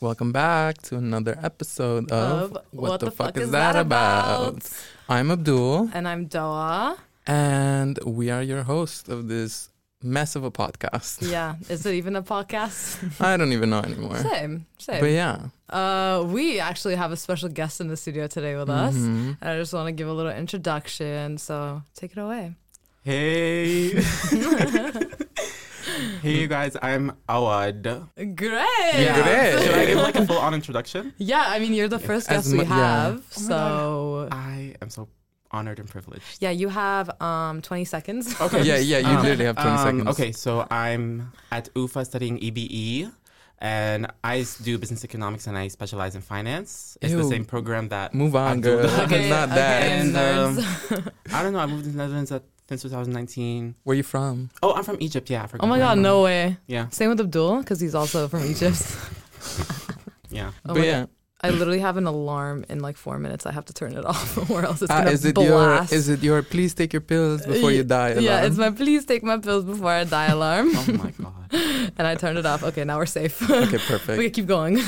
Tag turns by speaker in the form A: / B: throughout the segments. A: Welcome back to another episode of, What, the, Fuck, Is, That about? I'm Abdul,
B: And I'm Doa.
A: and we are your hosts of this mess of a podcast.
B: Yeah, is it even a podcast?
A: I don't even know anymore.
B: same,
A: But
B: same.
A: yeah,
B: Uh, we actually have a special guest in the studio today with us.
A: Mm-hmm.
B: And I just want to give a little introduction. So take it away.
C: Hey. hey, you guys, I'm Awad.
B: Great.
A: Yeah. Great.
C: Should I give like a full on introduction?
B: Yeah, I mean, you're the first
A: As
B: guest we
A: mu- yeah. Oh
B: have. so,
C: I am so honored and privileged.
B: yeah, you have um 20 seconds.
C: Okay.
A: Yeah, yeah, you
C: Um,
A: literally have 20
C: um,
A: seconds.
C: Okay, so I'm at UFA studying EBE. And I s- do business economics and I specialize in finance. It's the
A: Ew.
C: same program that
A: move on,
C: Abdul.
A: girl.
B: Okay,
A: Not that.
B: okay,
C: And, um,
B: nerds.
C: I don't know. I moved to the Netherlands at, since 2019.
A: Where you from?
C: Oh, I'm from Egypt. Yeah, I forgot.
B: oh my
C: where
B: God,
C: I'm from.
B: no way.
C: Yeah,
B: Same with Abdul, because he's also from Egypt.
C: yeah.
B: Oh my
A: but yeah,
B: I literally have an alarm in like four minutes. I have to turn it off, or else it's
A: Ah,
B: gonna
A: is it
B: blast.
A: your? Is it your? Please take your pills before you die.
B: Yeah,
A: alarm?
B: it's my please take my pills before I die alarm,
C: Oh my God.
B: and I turned it off. Okay, now we're safe.
A: okay, perfect.
B: we keep going.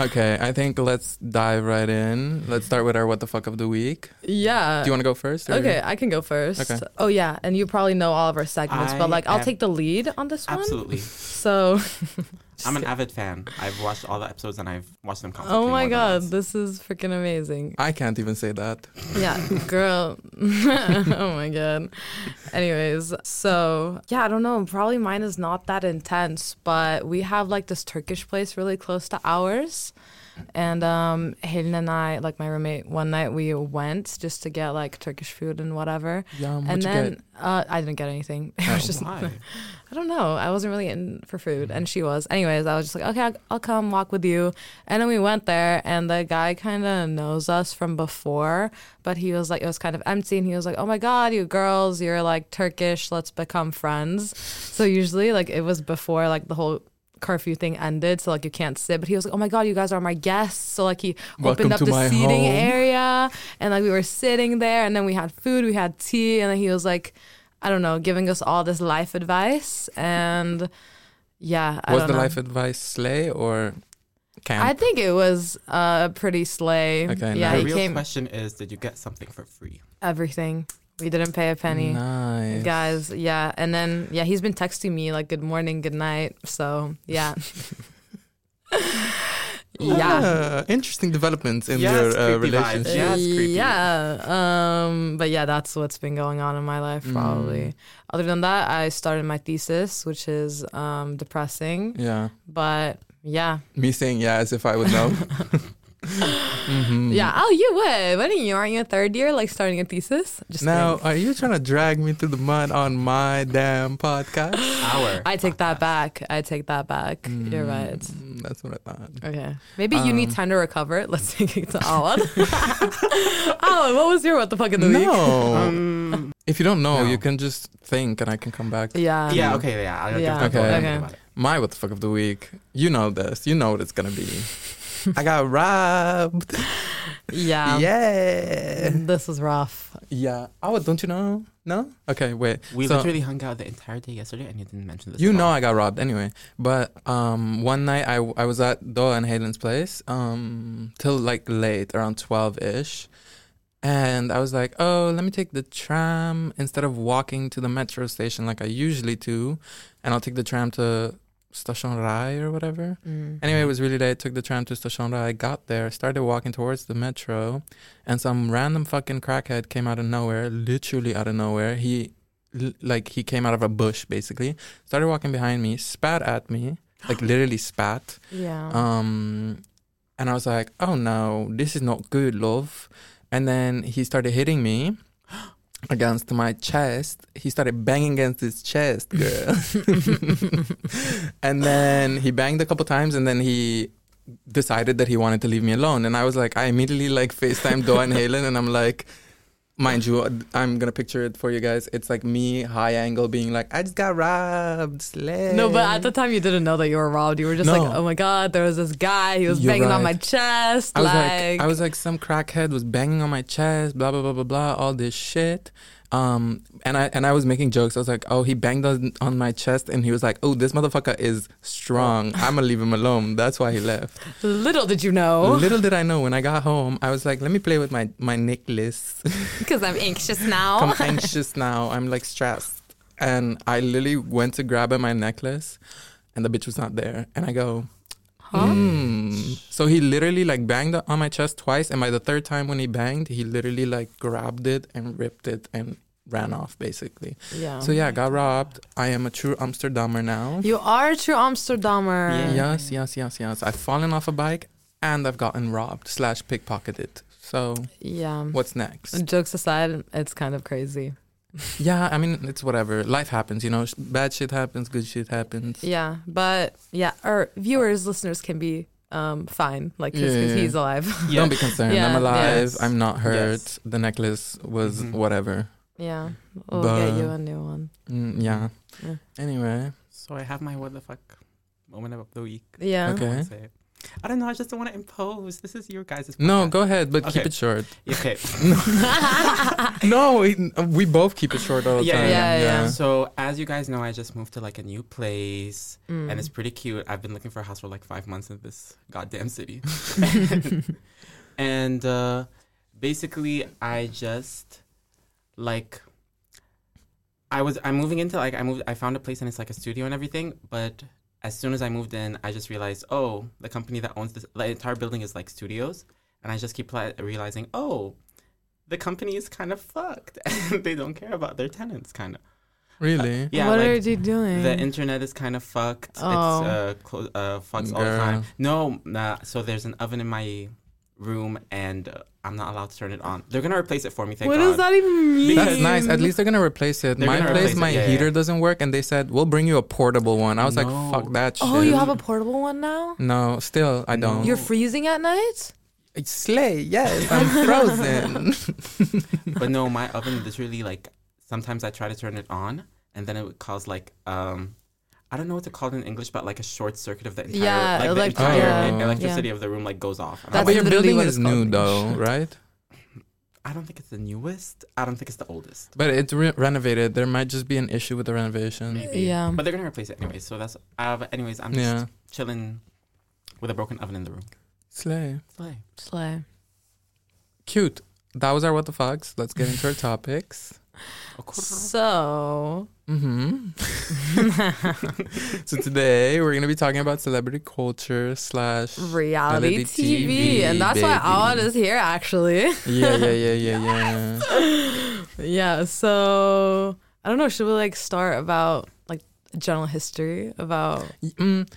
A: Okay, I think let's dive right in. Let's start with our what the fuck of the week.
B: yeah.
A: Do you want to go first? or-
B: okay, I can go first.
A: Okay.
B: Oh yeah, and you probably know all of our segments,
C: I
B: but like I'll
C: am-
B: take the lead on this one.
C: Absolutely.
B: So,
C: I'm an avid fan. I've watched all the episodes and I've watched them constantly.
B: oh my
C: more than
B: god,
C: once.
B: this is freaking amazing.
A: I can't even say that.
B: yeah, girl. oh my god. Anyways, so yeah, I don't know. Probably mine is not that intense, but we have like this Turkish place really close to ours. And um, Helen and I, like my roommate, one night we went just to get like Turkish food and whatever.
A: Yum,
B: and
A: what you
B: then
A: get? Oh.
B: Uh, I didn't get anything. It was just
C: Why?
B: I don't know. I wasn't really in for food, and she was. Anyways, I was just like, okay, I'll, I'll come walk with you. And then we went there, and the guy kind of knows us from before, but he was like, it was kind of empty, and he was like, oh my god, you girls, you're like Turkish, let's become friends. So usually, like, it was before like the whole curfew thing ended, so like you can't sit. But he was like, oh my god, you guys are my guests. So like he
A: Welcome
B: opened up
A: to
B: the
A: my
B: seating
A: home.
B: area, and like we were sitting there, and then we had food, we had tea, and then he was like. I don't know, giving us all this life advice. And yeah, I
A: was
B: don't
A: the
B: know.
A: life advice slay or camp?
B: I think it was uh, pretty slay.
A: Okay,
B: yeah,
A: nice.
C: the
B: he
C: real
B: came
C: question is, did you get something for free?
B: everything. We didn't pay a penny.
A: Nice.
B: Guys, yeah. And then, yeah, he's been texting me like, good morning, good night. So, yeah. yeah.
A: Ah, interesting developments in
C: Yes,
A: your uh,
C: creepy vibes.
A: relationship.
C: Yeah, it's creepy.
B: Yeah. Um, but yeah, that's what's been going on in my
A: Mm.
B: life, probably. Other than that, I started my thesis, which is um, depressing.
A: Yeah.
B: But yeah,
A: Me saying yeah as if I would know. Mhm.
B: Yeah. Oh, you would. Wouldn't you? Aren't you a third year, like starting a thesis? Just
A: Now,
B: kidding.
A: are you trying to drag me through the mud on my damn podcast?
C: Our.
B: I take that back. I take that back. You're right.
A: Mm, Um, That's what I thought.
B: Okay. Maybe you need time to recover. Let's take it to Alan. Alan, what was your what the fuck in the week?
A: No.
C: Um,
A: if you don't know,
C: No.
A: you can just think and I can come back.
B: Yeah.
C: yeah, okay, yeah. I'll
B: Um, Yeah.
C: give them
A: Okay.
C: a
B: Okay.
C: little bit
A: My what the fuck of the week. You know this. You know what it's gonna be. I got robbed.
B: Yeah.
A: yeah.
B: This is rough.
A: Yeah. Oh, don't you know? No? Okay, wait.
C: We
A: So-
C: literally hung out the entire day yesterday and you didn't mention this.
A: You
C: at
A: know
C: all.
A: I got robbed anyway. But um, one night I, I was at Doa and Hayden's place um, till like late, around 12 ish. And I was like, oh, let me take the tram instead of walking to the metro station like I usually do. And I'll take the tram to Station Rai or whatever.
B: Mm.
A: Anyway, it was really late. Took the tram to Station Rai. Got there, started walking towards the metro, and some random fucking crackhead came out of nowhere, literally out of nowhere. He, l- like, he came out of a bush basically. Started walking behind me, spat at me, like literally spat.
B: Yeah.
A: Um, and I was like, "Oh no, this is not good, love." And then he started hitting me against my chest. He started banging against his chest, girl. and then he banged a couple times, and then he decided that he wanted to leave me alone. And I was like, I immediately like FaceTime Doa and Halen, and I'm like. Mind you, I'm gonna picture it for you guys. It's like me, high angle, being like, "I just got robbed, slay."
B: no, but at the time you didn't know that you were robbed. You were just
A: No.
B: like, oh my god, there was this guy. He was
A: You're
B: banging on my
A: right.
B: chest.
A: I was like,
B: like,
A: I was like, some crackhead was banging on my chest, blah blah blah blah blah, all this shit. Um, and I and I was making jokes. I was like, "Oh, he banged on, on my chest," and he was like, "Oh, this motherfucker is strong. I'm gonna leave him alone." That's why he left.
B: Little did you know,
A: Little did I know when I got home, I was like, "Let me play with my my necklace."
B: because I'm anxious now.
A: I'm anxious now. I'm like stressed, and I literally went to grab at my necklace, and the bitch was not there. And I go,
B: Huh?
A: Hmm. So he literally like banged on my chest twice, and by the third time when he banged, he literally like grabbed it and ripped it and ran off basically.
B: Yeah.
A: so yeah, got robbed. I am a true Amsterdammer now.
B: Oh You are a true Amsterdammer.
A: Yes, yes, yes, yes. I've fallen off a bike and I've gotten robbed slash pickpocketed. So
B: Yeah.
A: what's next?
B: Jokes aside, it's kind of crazy.
A: Yeah, I mean it's whatever. Life happens, you know. Sh- Bad shit happens, good shit happens.
B: Yeah, but yeah, our viewers, listeners can be um fine, like because
A: Yeah, yeah, yeah.
B: he's alive.
C: Yeah.
A: Don't be concerned.
B: Yeah,
A: I'm alive.
C: yes.
A: I'm not hurt.
C: Yes.
A: The necklace was
C: Mhm.
A: whatever.
B: yeah, we'll
A: But- uh,
B: get you a new one.
A: Mm, yeah.
B: Yeah.
A: Anyway.
C: So I have my what the fuck moment of the week.
B: Yeah.
A: Okay.
C: I'd say. I don't know. I just don't want to impose. This is your guys'
A: No,
C: podcast.
A: go ahead, but keep
C: Okay.
A: it short.
C: Okay.
A: No, we, we both keep it short all the
C: Yeah,
A: time.
B: yeah, yeah.
C: So as you guys know, I just moved to like a new place,
B: Mm.
C: and it's pretty cute. I've been looking for a house for like five months in this goddamn city, and uh, basically, I just like I was I'm moving into like I moved I found a place and it's like a studio and everything, but as soon as I moved in, I just realized oh the company that owns this the entire building is like studios, and I just keep pla- realizing oh. The company is kind of fucked, and they don't care about their tenants, kind of.
A: Really?
C: Yeah,
B: what
C: like,
B: are you doing?
C: The internet is kind of fucked.
B: Mm. Oh.
C: It's uh, clo- uh, fucks all the time.
A: Girl.
C: No, nah, so there's an oven in my room, and uh, I'm not allowed to turn it on. They're gonna replace it for me. Thank
B: what
C: God.
B: does that even mean?
A: That's nice. At least they're gonna replace it.
C: They're
A: my
C: gonna
A: place,
C: replace it,
A: my
C: yeah,
A: heater
C: yeah.
A: doesn't work, and they said we'll bring you a portable one. I was
C: No.
A: like, fuck that shit.
B: Oh, you have a portable one now.
A: no, still I don't.
B: You're
C: No.
B: freezing at night.
A: It's slay, yes, I'm frozen.
C: But no, my oven literally like sometimes I try to turn it on, and then it would cause like um. I don't know what to call it in English, but like a short circuit of the entire,
B: Yeah,
C: like the
B: elec-
C: entire
A: yeah.
C: e-
A: Yeah.
C: electricity of the room like goes off. And I'm
A: but
B: That's
C: like,
A: your
B: literally
A: building
B: what
A: is
B: it's
A: new
B: called.
A: though, right?
C: I don't think it's the newest. I don't think it's the oldest.
A: But it's re- renovated. There might just be an issue with the renovation.
C: Maybe.
B: Yeah.
C: But they're gonna replace it anyway. So that's. Uh, but anyways, I'm just
A: Yeah,
C: chilling with a broken oven in the room.
A: slay,
C: Slay.
B: Slay.
A: cute. That was our what the fucks. Let's get into our topics.
B: So
A: hmm so today we're gonna be talking about celebrity culture slash.
B: reality
A: Reality
B: TV,
A: TV,
B: and that's why
A: baby.
B: Awad is here actually.
A: Yeah, yeah, yeah, yeah, yeah.
B: yeah. So I don't know. Should we like start about like general history about
A: Mm,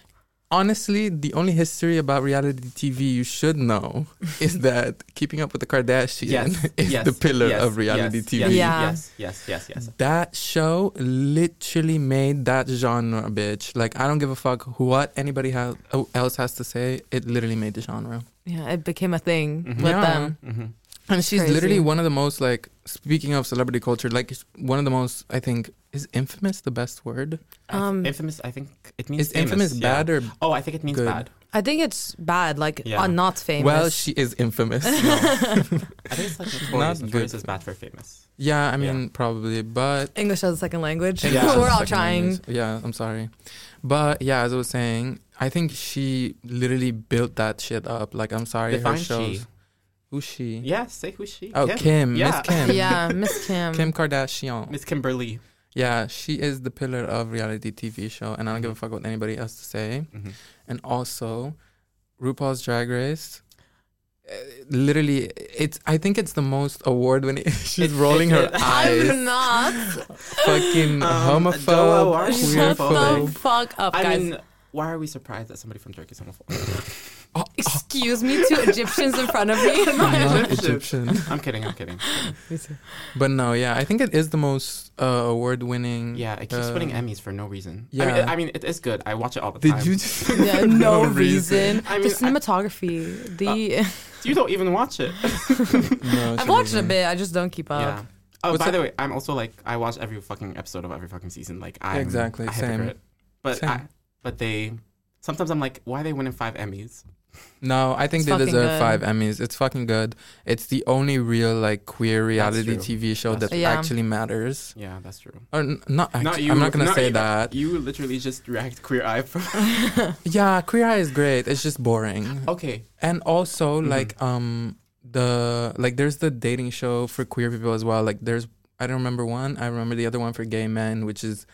A: honestly, the only history about reality TV you should know is that Keeping Up with the Kardashians is the pillar of reality
C: yes,
A: TV.
C: Yes,
B: Yeah.
C: yes, yes, yes, yes.
A: That show literally made that genre, bitch. Like, I don't give a fuck what anybody has, else has to say. It literally made the genre.
B: Yeah, it became a thing
C: Mhm.
B: with
A: Yeah.
B: them.
C: Mm-hmm.
A: And she's
B: Crazy.
A: literally one of the most, like, speaking of celebrity culture, like, one of the most, I think, is infamous the best word?
B: Um,
C: infamous, I think it means
A: Is infamous
C: famous,
A: bad
C: yeah.
A: or.
C: Oh, I think it means
A: good?
C: bad.
B: I think it's bad, like
C: Yeah.
B: uh, not famous.
A: Well, she is infamous.
C: I think it's like notorious.
A: good.
C: notorious is bad for famous.
A: yeah, I mean, probably, but.
B: English as a second language.
C: English as a
B: We're all
A: Second
B: trying.
A: language. Yeah, I'm sorry. But yeah, as I was saying, I think she literally built that shit up. Like, I'm sorry,
C: Define
A: her
C: she.
A: shows. Who's she?
C: Yeah, say who she.
A: Oh,
C: Kim.
A: Kim.
C: Yeah.
A: Miss Kim.
B: Yeah, Miss Kim.
A: Kim Kardashian.
C: Miss Kimberly.
A: Yeah, she is the pillar of reality TV show, and I don't give a
C: Mm-hmm.
A: fuck what anybody else to say.
C: Mhm.
A: And also, RuPaul's Drag Race. uh, Literally, it's. I think it's the most award winning. She's
C: It-
A: rolling
C: it-
A: her
C: it-
A: eyes.
B: I'm not.
A: Fucking
C: Um, Doa,
A: homophobe.
C: why are you
B: Shut
A: queerphobic.
B: the fuck up,
C: I
B: guys.
C: mean, why are we surprised that somebody from Turkey is homophobic?
B: Excuse me, two Egyptians in front of me.
A: I'm not
C: Egyptian.
A: Egyptian.
C: I'm kidding. I'm kidding.
A: But no, yeah, I think it is the most uh, award-winning.
C: Yeah, it keeps
A: uh,
C: winning Emmys for no reason. I mean,
A: yeah.
C: I mean, it is good. I watch it all the
A: Did
C: time.
A: you just?
B: yeah, no, reason.
C: I Uh,
B: the
C: mean, I-
B: cinematography. the
C: You don't even watch it.
A: no,
B: I've
A: she
B: watched a
A: doesn't.
B: bit. I just don't keep up.
C: yeah. Oh,
A: What's
C: by
A: the-
C: the way, I'm also like I watch every fucking episode of every fucking season. Like I
A: Exactly,
C: a
A: same.
C: hypocrite. But
A: Same.
C: I, but they sometimes I'm like, why are they winning five Emmys?
A: No, I think
B: It's
A: they
B: fucking
A: deserve
B: good.
A: five Emmys. It's fucking good. It's the only real like queer
C: That's
A: reality
C: true.
A: TV show
C: That's
A: that
B: true. Yeah.
A: actually matters.
C: Yeah, that's true.
A: Or n- not. Act-
C: Not you,
A: I'm not gonna
C: not
A: say
C: you.
A: that.
C: Uh, You literally just react queer eye from.
A: Yeah, Queer Eye is great. It's just
C: Oh,
A: boring.
C: okay.
A: And also
C: Mhm.
A: like um the like there's the dating show for queer people as well. Like there's I don't remember one. I remember the other one for gay men, which is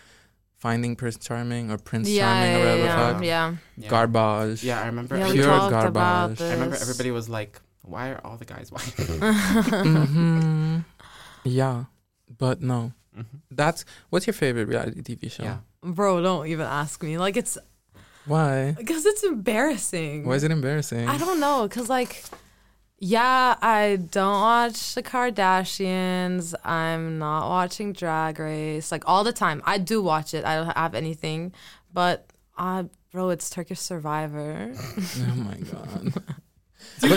A: Finding Prince Charming or Prince Charming or whatever the
B: yeah,
A: fuck.
B: yeah.
C: Yeah.
A: Garbage.
C: Yeah, I remember.
B: Yeah, we
A: Pure
B: talked
A: garbage.
B: about this.
C: I remember everybody was like, "Why are all the guys white?"
A: hmm Yeah, but no.
C: Mhm.
A: That's what's your favorite reality TV show?
C: Yeah.
B: Bro, don't even ask me. Like it's
A: Why?
B: because it's embarrassing.
A: Why is it embarrassing?
B: Mm. I don't know, cause like, yeah, I don't watch the Kardashians. I'm not watching Drag Race like all the time. I do watch it. I don't have anything, but uh, bro, it's Turkish Survivor.
A: oh my god. But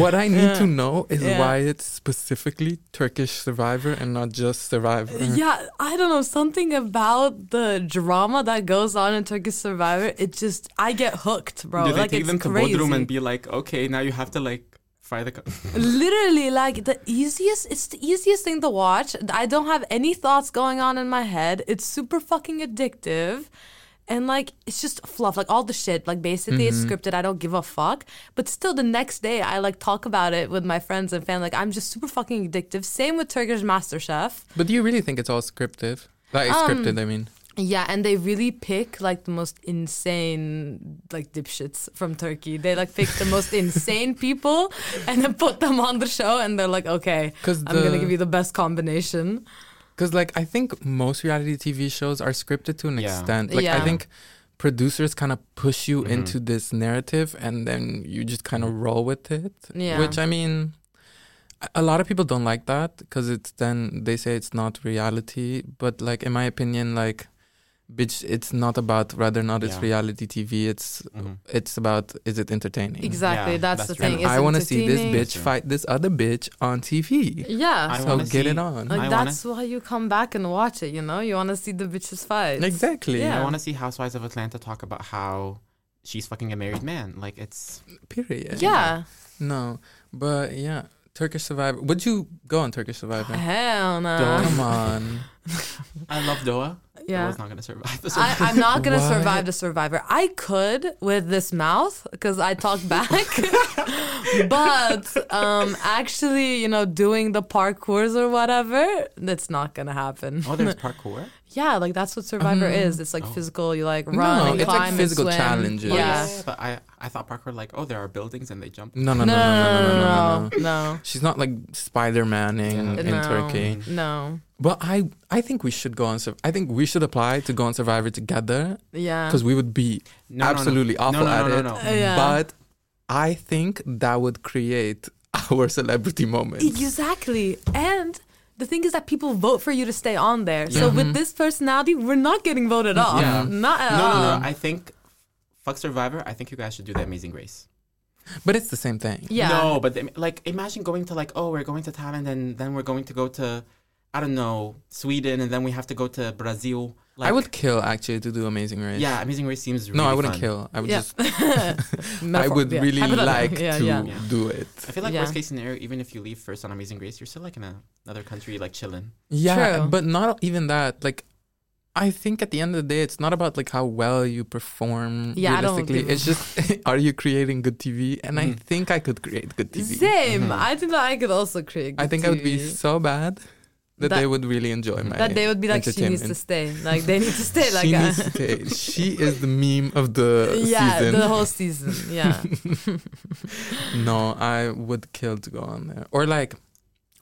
A: what I need to know is
B: Yeah.
A: why it's specifically Turkish Survivor and not just Survivor.
B: yeah, I don't know something about the drama that goes on in Turkish Survivor. It just I get hooked, bro.
C: Do they
B: like
C: take
B: it's
C: them to
B: crazy.
C: Bodrum and be like, "Okay, now you have to like fry the." Co-
B: literally like the easiest it's the easiest thing to watch i don't have any thoughts going on in my head it's super fucking addictive and like it's just fluff like all the shit like basically
C: Mm-hmm.
B: it's scripted i don't give a fuck but still the next day i like talk about it with my friends and family like i'm just super fucking addictive same with turkish masterchef
A: But do you really think it's all scripted? Like
B: Um,
A: scripted, I mean.
B: yeah and they really pick like the most insane like dipshits from turkey they like pick the most insane people and then put them on the show and they're like okay
A: Because
B: I'm gonna give you the best combination.
A: Because like I think most reality TV shows are scripted to an
C: Yeah.
A: extent. Like I
B: Yeah.
A: think producers kind of push you
C: Mm-hmm.
A: into this narrative, and then you just kind of roll with it.
B: Yeah.
A: Which I mean, a- a lot of people don't like that because it's then they say it's not reality. But like in my opinion, like bitch, it's not about whether or not it's
C: Yeah.
A: reality TV. It's
C: Mhm.
A: it's about is it entertaining.
B: Exactly,
C: Yeah,
B: that's, the
C: that's true.
B: thing.
A: And
B: It's
A: I want to see this
B: entertaining.
A: bitch fight this other bitch on TV.
B: Yeah,
C: I
A: So
C: wanna
A: get
C: see-
A: it on.
B: like
C: I wanna-
B: that's why you come back and watch it. You know, you want to see the bitches fight.
A: Exactly.
B: Yeah.
C: I want to see Housewives of Atlanta talk about how she's fucking a married man. Like it's
A: Period.
B: Yeah,
A: No, but yeah, Turkish Survivor. Would you go on Turkish
B: Uh,
A: Survivor?
B: hell no.
A: Come on.
C: I love Doa.
B: Yeah.
C: Doa's not gonna survive. The
B: I, I'm not gonna
A: What?
B: survive the survivor. I could with this mouth because I talk back, but um, actually, you know, doing the parkours or whatever, that's not gonna happen.
C: oh, there's parkour.
B: Yeah, like that's what survivor is. It's like physical. You like run,
A: Mm-hmm. Oh. No,
B: and
A: it's
B: climb,
A: like
B: and
A: physical
B: swim.
A: challenges.
B: Yeah.
C: but I I thought parkour like oh there are buildings and they jump.
A: No, no, no, no, no, no, no, no. no.
B: no.
A: She's not like Spider Manning
C: Yeah.
A: in Turkey.
B: No.
A: But I, I think we should go on. Sur- I think we should apply to go on Survivor together
B: Yeah.
A: because we would be
C: No, no, no.
A: absolutely
C: No,
A: awful
C: no, no,
A: at
C: no,
A: it.
C: no.
B: Uh, yeah.
A: But I think that would create our celebrity moments.
B: Exactly. And the thing is that people vote for you to stay on there. So with
A: Mm-hmm.
B: this personality, we're not getting voted off.
C: Yeah.
B: Not at
C: no,
B: all.
C: no, no. I think fuck Survivor. I think you guys should do the Amazing Grace.
A: But it's the same thing.
B: Yeah.
C: No, but the, like imagine going to like oh we're going to Thailand and then we're going to go to I don't know Sweden and then we have to go to Brazil. Like,
A: I would kill actually to do Amazing Race.
C: Yeah, Amazing Race seems. Really
A: No, I wouldn't
C: fun.
A: kill. I would
B: Yeah.
A: just I would
B: yeah.
A: really
B: Hypothetical.
A: like
B: Yeah,
A: to
B: yeah.
C: Yeah.
A: do it.
C: I feel like
B: Yeah.
C: worst case scenario, even if you leave first on Amazing Grace, you're still like in a, another country, like chilling.
A: Yeah,
B: True.
A: but not even that. Like, I think at the end of the day, it's not about like how well you perform.
B: Yeah, I don't
A: realistically.
B: give a Mm.
A: it's just are you creating good TV? And I
C: Mhm.
A: think I could create good TV.
B: Same. I think that I could also create.
A: Mm-hmm. I
B: good
A: think I would be
B: TV.
A: so bad that, they
B: That-
A: would really enjoy my.
B: That they would be like, she needs to
A: entertainment.
B: stay. Like they need to stay. Like
A: she
B: uh,
A: needs to stay. She is the meme of the
B: yeah,
A: season.
B: the whole season. Yeah.
A: no, I would kill to go on there or like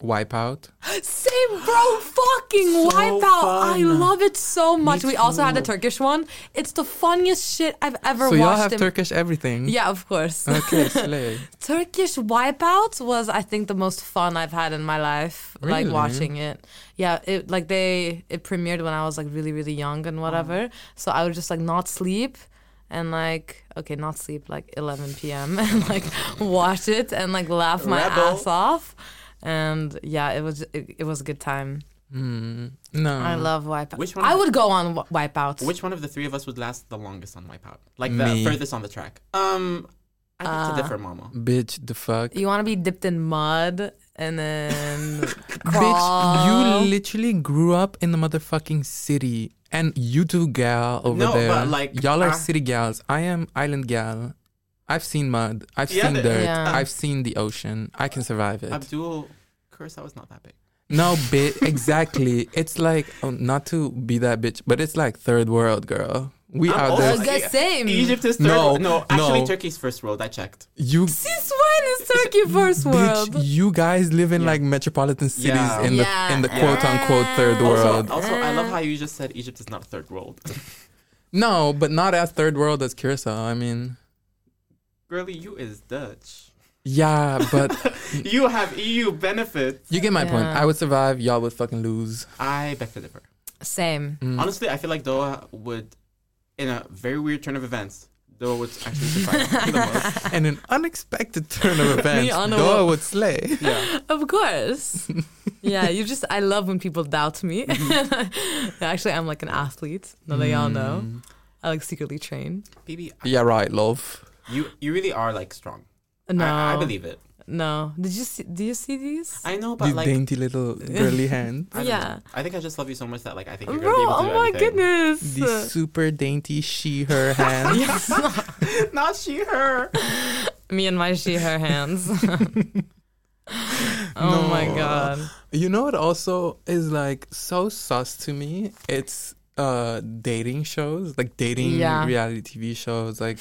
A: wipe out.
B: Same, bro. Fucking
C: So
B: Wipeout. I
C: fun.
B: love it so much. We also had a
C: too.
B: Turkish one. It's the funniest shit I've ever
A: So y'all
B: watched.
A: have
B: in-
A: Turkish
C: Hmm?
A: everything.
B: yeah, of course.
C: Uh-huh.
A: Okay, slay.
B: Turkish Wipeout was, I think, the most fun I've had in my life.
A: Really?
B: Like watching it. Yeah, it like they it premiered when I was like really really young and whatever.
C: Oh.
B: So I would just like not sleep. And like, okay, not sleep like 11 p.m. and like watch it and like laugh my
C: Rebel.
B: ass off, and yeah, it was it, it was a good time.
A: Mm, no,
B: I love Wipeout.
C: Uh-huh. Which one
B: I
C: of-
B: would go on Wi- Wipeout.
C: Which one of the three of us would last the longest on Wipeout? Like the
A: Me.
C: furthest on the track? Um, I beg
B: Uh,
C: to differ, mama.
A: Bitch, the fuck.
B: You want to be dipped in mud and then crawl.
A: Bitch, you literally grew up in the motherfucking city. And you two gal over
C: No,
A: there.
C: but, like,
A: y'all are
C: I-
A: city gals. I am island gal. I've seen mud. I've
C: Yeah,
A: seen
C: the-
A: dirt.
B: Yeah.
A: I've seen the ocean. I can survive it.
C: Abdul, curse, I was not that big.
A: No, bitch. Exactly. it's like oh, not to be that bitch, but it's like third world, girl. We
C: I'm
A: out
B: Uh,
A: there.
C: also-
B: the same.
C: Egypt is third.
A: No,
C: No, no, actually,
A: no.
C: Turkey's first world. I checked.
A: You,
B: Since when is Turkey first world?
A: bitch. You guys live in
C: Yeah.
A: like metropolitan cities
C: Yeah.
A: in the
B: Yeah.
A: in the
B: Yeah.
A: quote unquote third
B: Also-
A: world.
C: Also, also, I love how you just said Egypt is not third world.
A: No, but not as third world as Curacao. I mean,
C: Girlie, you is Dutch.
A: yeah, but
C: You have EU benefits.
A: you get my point.
B: Yeah.
A: I would survive. Y'all would fucking lose.
C: I beg to differ.
B: Same.
A: Mm.
C: Honestly, I feel like Doha would, in a very weird turn of events, Doha would actually surprise me the most.
A: And an unexpected turn of events,
B: on a
A: Doa
B: wall.
A: would slay.
C: Yeah.
B: Of course. yeah, you just, I love when people doubt me.
C: Mm-hmm.
B: Actually, I'm like an athlete. Now that y'all know,
A: Mm.
B: I like secretly train.
C: BB,
A: Yeah, right, love.
C: you you really are like strong.
B: No.
C: I, I believe it.
B: No. Did you see, do you see these?
C: I know, but
A: The
C: like,
A: dainty little girly hand.
C: I don't
B: Yeah.
C: know. I think I just love you so much that like I think
B: Bro,
C: you're gonna be able to
B: oh
C: do
B: my
C: anything.
B: goodness.
A: The super dainty she her hand.
B: Yes.
C: Not she, her.
B: me and my she, her hands. oh my
A: No.
B: God.
A: You know what also is like so sus to me? It's uh dating shows, like dating
B: Yeah.
A: reality TV shows. Like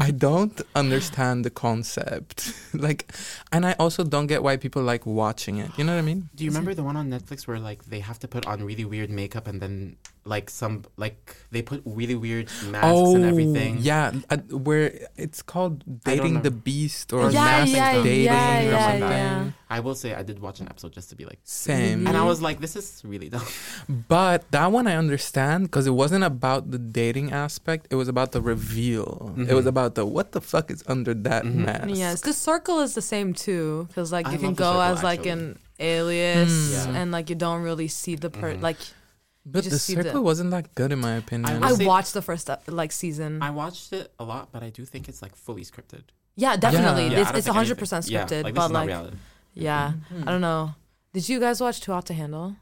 A: I don't understand the concept. like and I also don't get why people like watching it. You know what I mean?
C: Do you remember the one on Netflix where like they have to put on really weird makeup and then like some like they put really weird masks and everything?
A: Oh, yeah, uh, where it's called dating the
C: remember.
A: beast or
C: Yeah,
A: masked
C: yeah, yeah,
A: dating or
C: yeah,
A: something.
B: yeah.
C: I will say I did watch an episode just to be like,
A: Same.
C: and I was like, this is really dumb.
A: But that one I understand because it wasn't about the dating aspect. It was about the reveal. It was
C: Mhm.
A: about the what the fuck is under that
C: Mhm.
A: mask.
B: Yes, the circle is the same too, because like
C: I
B: you can
C: love the
B: go
C: circle,
B: as like
C: actually.
B: an alias,
A: Mm.
C: Yeah.
B: and like you don't really see the per
C: Mhm.
B: like.
A: But
B: You
A: the
B: just see
A: circle
B: the-
A: wasn't that good in my opinion.
C: I
B: I
C: was- say-
B: watched the first uh, like season.
C: I watched it a lot, but I do think it's like fully scripted.
B: yeah, definitely,
A: Yeah,
C: I
B: it's
C: don't
B: it's
C: think
B: hundred percent
C: anything-
B: scripted,
C: Yeah, like, this
B: but
C: is not
B: like
C: reality.
B: yeah,
C: Mm-hmm.
B: I don't know. Did you guys watch Too Hot to Handle?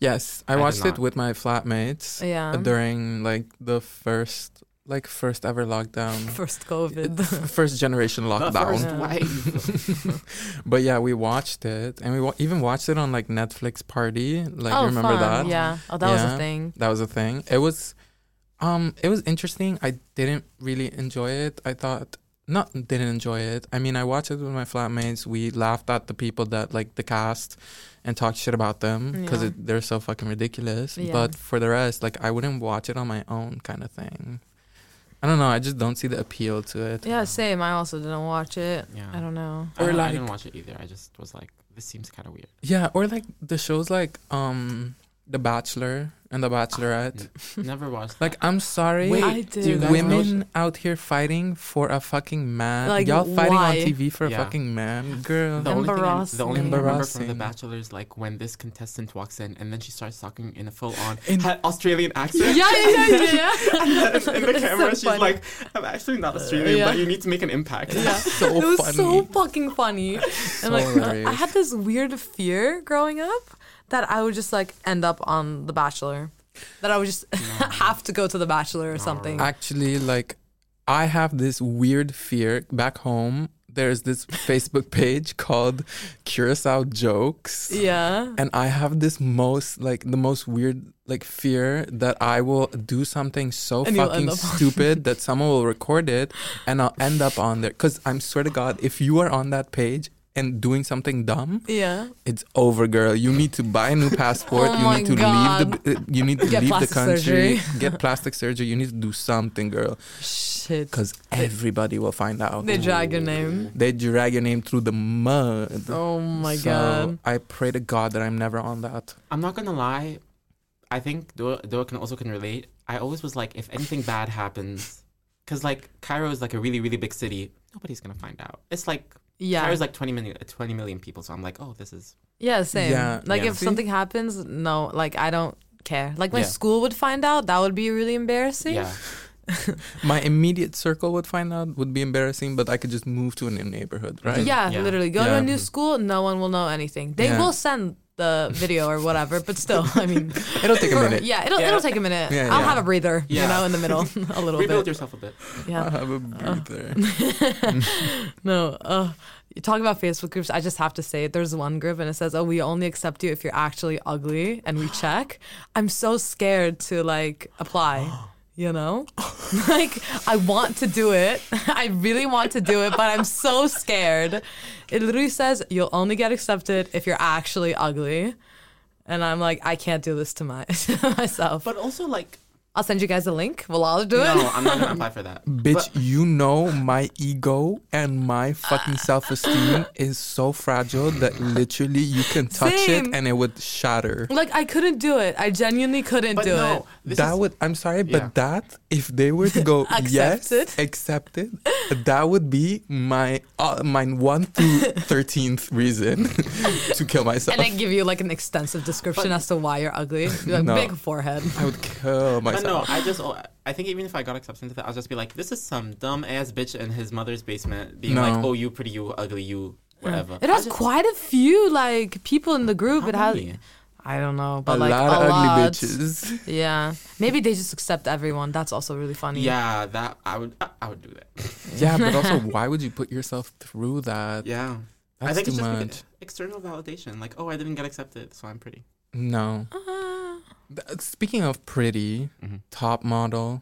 A: yes, I
C: I did
A: watched it
C: not.
A: with my flatmates
B: Yeah,
A: during like the first, like first ever lockdown,
B: first COVID.
A: first generation
C: The
A: lockdown.
C: first
B: Yeah.
C: wife.
A: But yeah, we watched it, and we wa- even watched it on like Netflix Party. Like,
B: oh,
A: you remember
B: fun.
A: that?
B: Yeah. Oh, that was
A: Yeah.
B: a thing.
A: that was a thing it was um it was interesting i didn't really enjoy it i thought not didn't enjoy it i mean i watched it with my flatmates we laughed at the people that like the cast and talked shit about them because
B: Yeah.
A: they're so fucking ridiculous
B: Yeah.
A: but for the rest like i wouldn't watch it on my own kind of thing i don't know i just don't see the appeal to it
B: Yeah, same. I also didn't watch it.
C: Yeah.
B: I don't know.
C: I,
A: Or
C: don't- I
A: like-
C: didn't watch it either. I just was like, this seems kind of weird.
A: yeah or like the shows like um the bachelor and the bachelorette
C: Never watched.
A: like i'm sorry
C: Wait,
B: I
C: do
B: did.
C: you guys
A: women out here fighting for a fucking man.
B: Like,
A: Y'all fighting on
B: why?
A: TV for a
C: Yeah.
A: fucking man, girl.
C: The only, thing I, the only thing I remember from The
A: Embarrassing.
C: Bachelor is like when this contestant walks in and then she starts talking in a full on
A: In-
C: Australian
B: Yeah,
C: accent.
B: yeah, yeah, yeah.
C: and then in the
B: It's so
C: camera, she's
B: funny.
C: like, I'm actually not Australian,
B: yeah.
C: but you need to make an impact.
B: Yeah.
A: So
B: it was
A: funny.
B: so fucking funny.
A: So
B: And like
A: hilarious.
B: I had this weird fear growing up that I would just like end up on The Bachelor. That I would just have to go to The Bachelor or
C: No.
B: something.
A: Actually, like, I have this weird fear back home. There's this Facebook page called Curacao Jokes.
B: yeah.
A: And I have this most like the most weird like fear that I will do something so
B: And you'll
A: fucking
B: end up on-
A: stupid that someone will record it and I'll end up on there. Cause I'm swear to God, if you are on that page and doing something dumb,
B: Yeah.
A: it's over, girl. You need to buy a new passport.
B: Oh
A: you
B: my
A: need to leave
B: God.
A: the. uh, You need to
B: Get
A: leave the
B: plastic
A: country.
B: surgery.
A: Get plastic surgery. You need to do something, girl,
B: Shit.
A: because everybody will find out.
B: They drag your name.
A: They drag your name through the mud.
B: Oh my
A: Mm. So
B: god.
A: I pray to God that I'm never on that.
C: I'm not gonna lie. I think Doa, Doa can also can relate. I always was like, if anything bad happens, because like Cairo is like a really really big city, nobody's gonna find out. It's like
B: Yeah.
C: Cairo's like 20 million, 20 million people, so I'm like, oh, this is
B: Yeah, same.
A: Yeah,
B: like
C: yeah.
B: if
A: See?
B: something happens, no, like I don't care. Like my
C: Yeah.
B: school would find out, that would be really embarrassing.
C: yeah.
A: my immediate circle would find out would be embarrassing, but I could just move to a new neighborhood, right?
B: Yeah,
C: Yeah.
B: literally. Go to
A: Yeah.
B: a new school, no one will know anything. They
A: Yeah.
B: will send the video or whatever, but still, I mean,
A: It'll take a
B: for-
A: minute.
B: Yeah, it'll
C: Yeah.
B: it'll take a minute.
A: Yeah,
B: I'll
A: yeah.
B: have a breather, you
C: Yeah.
B: know, in the middle a little
C: Rebuild
B: bit.
C: yourself a bit.
A: I
B: Yeah.
A: have a breather.
B: Uh-huh. No. Uh, you talk about Facebook groups. I just have to say, there's one group and it says, "Oh, we only accept you if you're actually ugly," and we check. I'm so scared to like apply. You know, like I want to do it. I really want to do it, but I'm so scared. It literally says you'll only get accepted if you're actually ugly, and I'm like, I can't do this to my to myself.
C: But also, like,
B: I'll send you guys a link. We'll all do it.
C: no, I'm not gonna apply for that.
A: Bitch,
C: But-
A: you know my ego and my fucking
B: Uh,
A: self esteem is so fragile that literally you can touch
B: Same.
A: it and it would shatter.
B: Like I couldn't do it. I genuinely couldn't
C: but
B: do
C: no,
B: it.
C: this
A: that
C: is-
A: would I'm sorry,
C: Yeah.
A: but that if they were to go yes,
B: Accepted.
A: accepted, that would be my uh, my one through thirteenth reason to kill myself.
B: And they give you like an extensive description as to why you're ugly. You have
A: No.
B: big forehead.
A: I would kill
C: But no,
A: myself.
C: I just, oh, I think even if I got accepted into that, I'll just be like, this is some dumb ass bitch in his mother's basement being like,
A: No.
C: oh, you pretty, you ugly, you whatever.
B: It has
C: I'll just-
B: quite a few like people in the group.
C: How
B: it has.
C: many?
B: I don't know,
A: a
B: but like
A: lot
B: a
A: of
B: lot.
A: ugly bitches.
B: Yeah, maybe they just accept everyone. That's also really funny.
C: Yeah, that I would, I, I would do that.
A: Yeah, but also why would you put yourself through that?
C: Yeah,
A: That's
C: I think
A: too
C: it's just
A: much.
C: like external validation. Like, oh, I didn't get accepted, so I'm pretty.
A: No.
B: Ah,
A: Th- Speaking of pretty,
C: Mhm.
A: top model,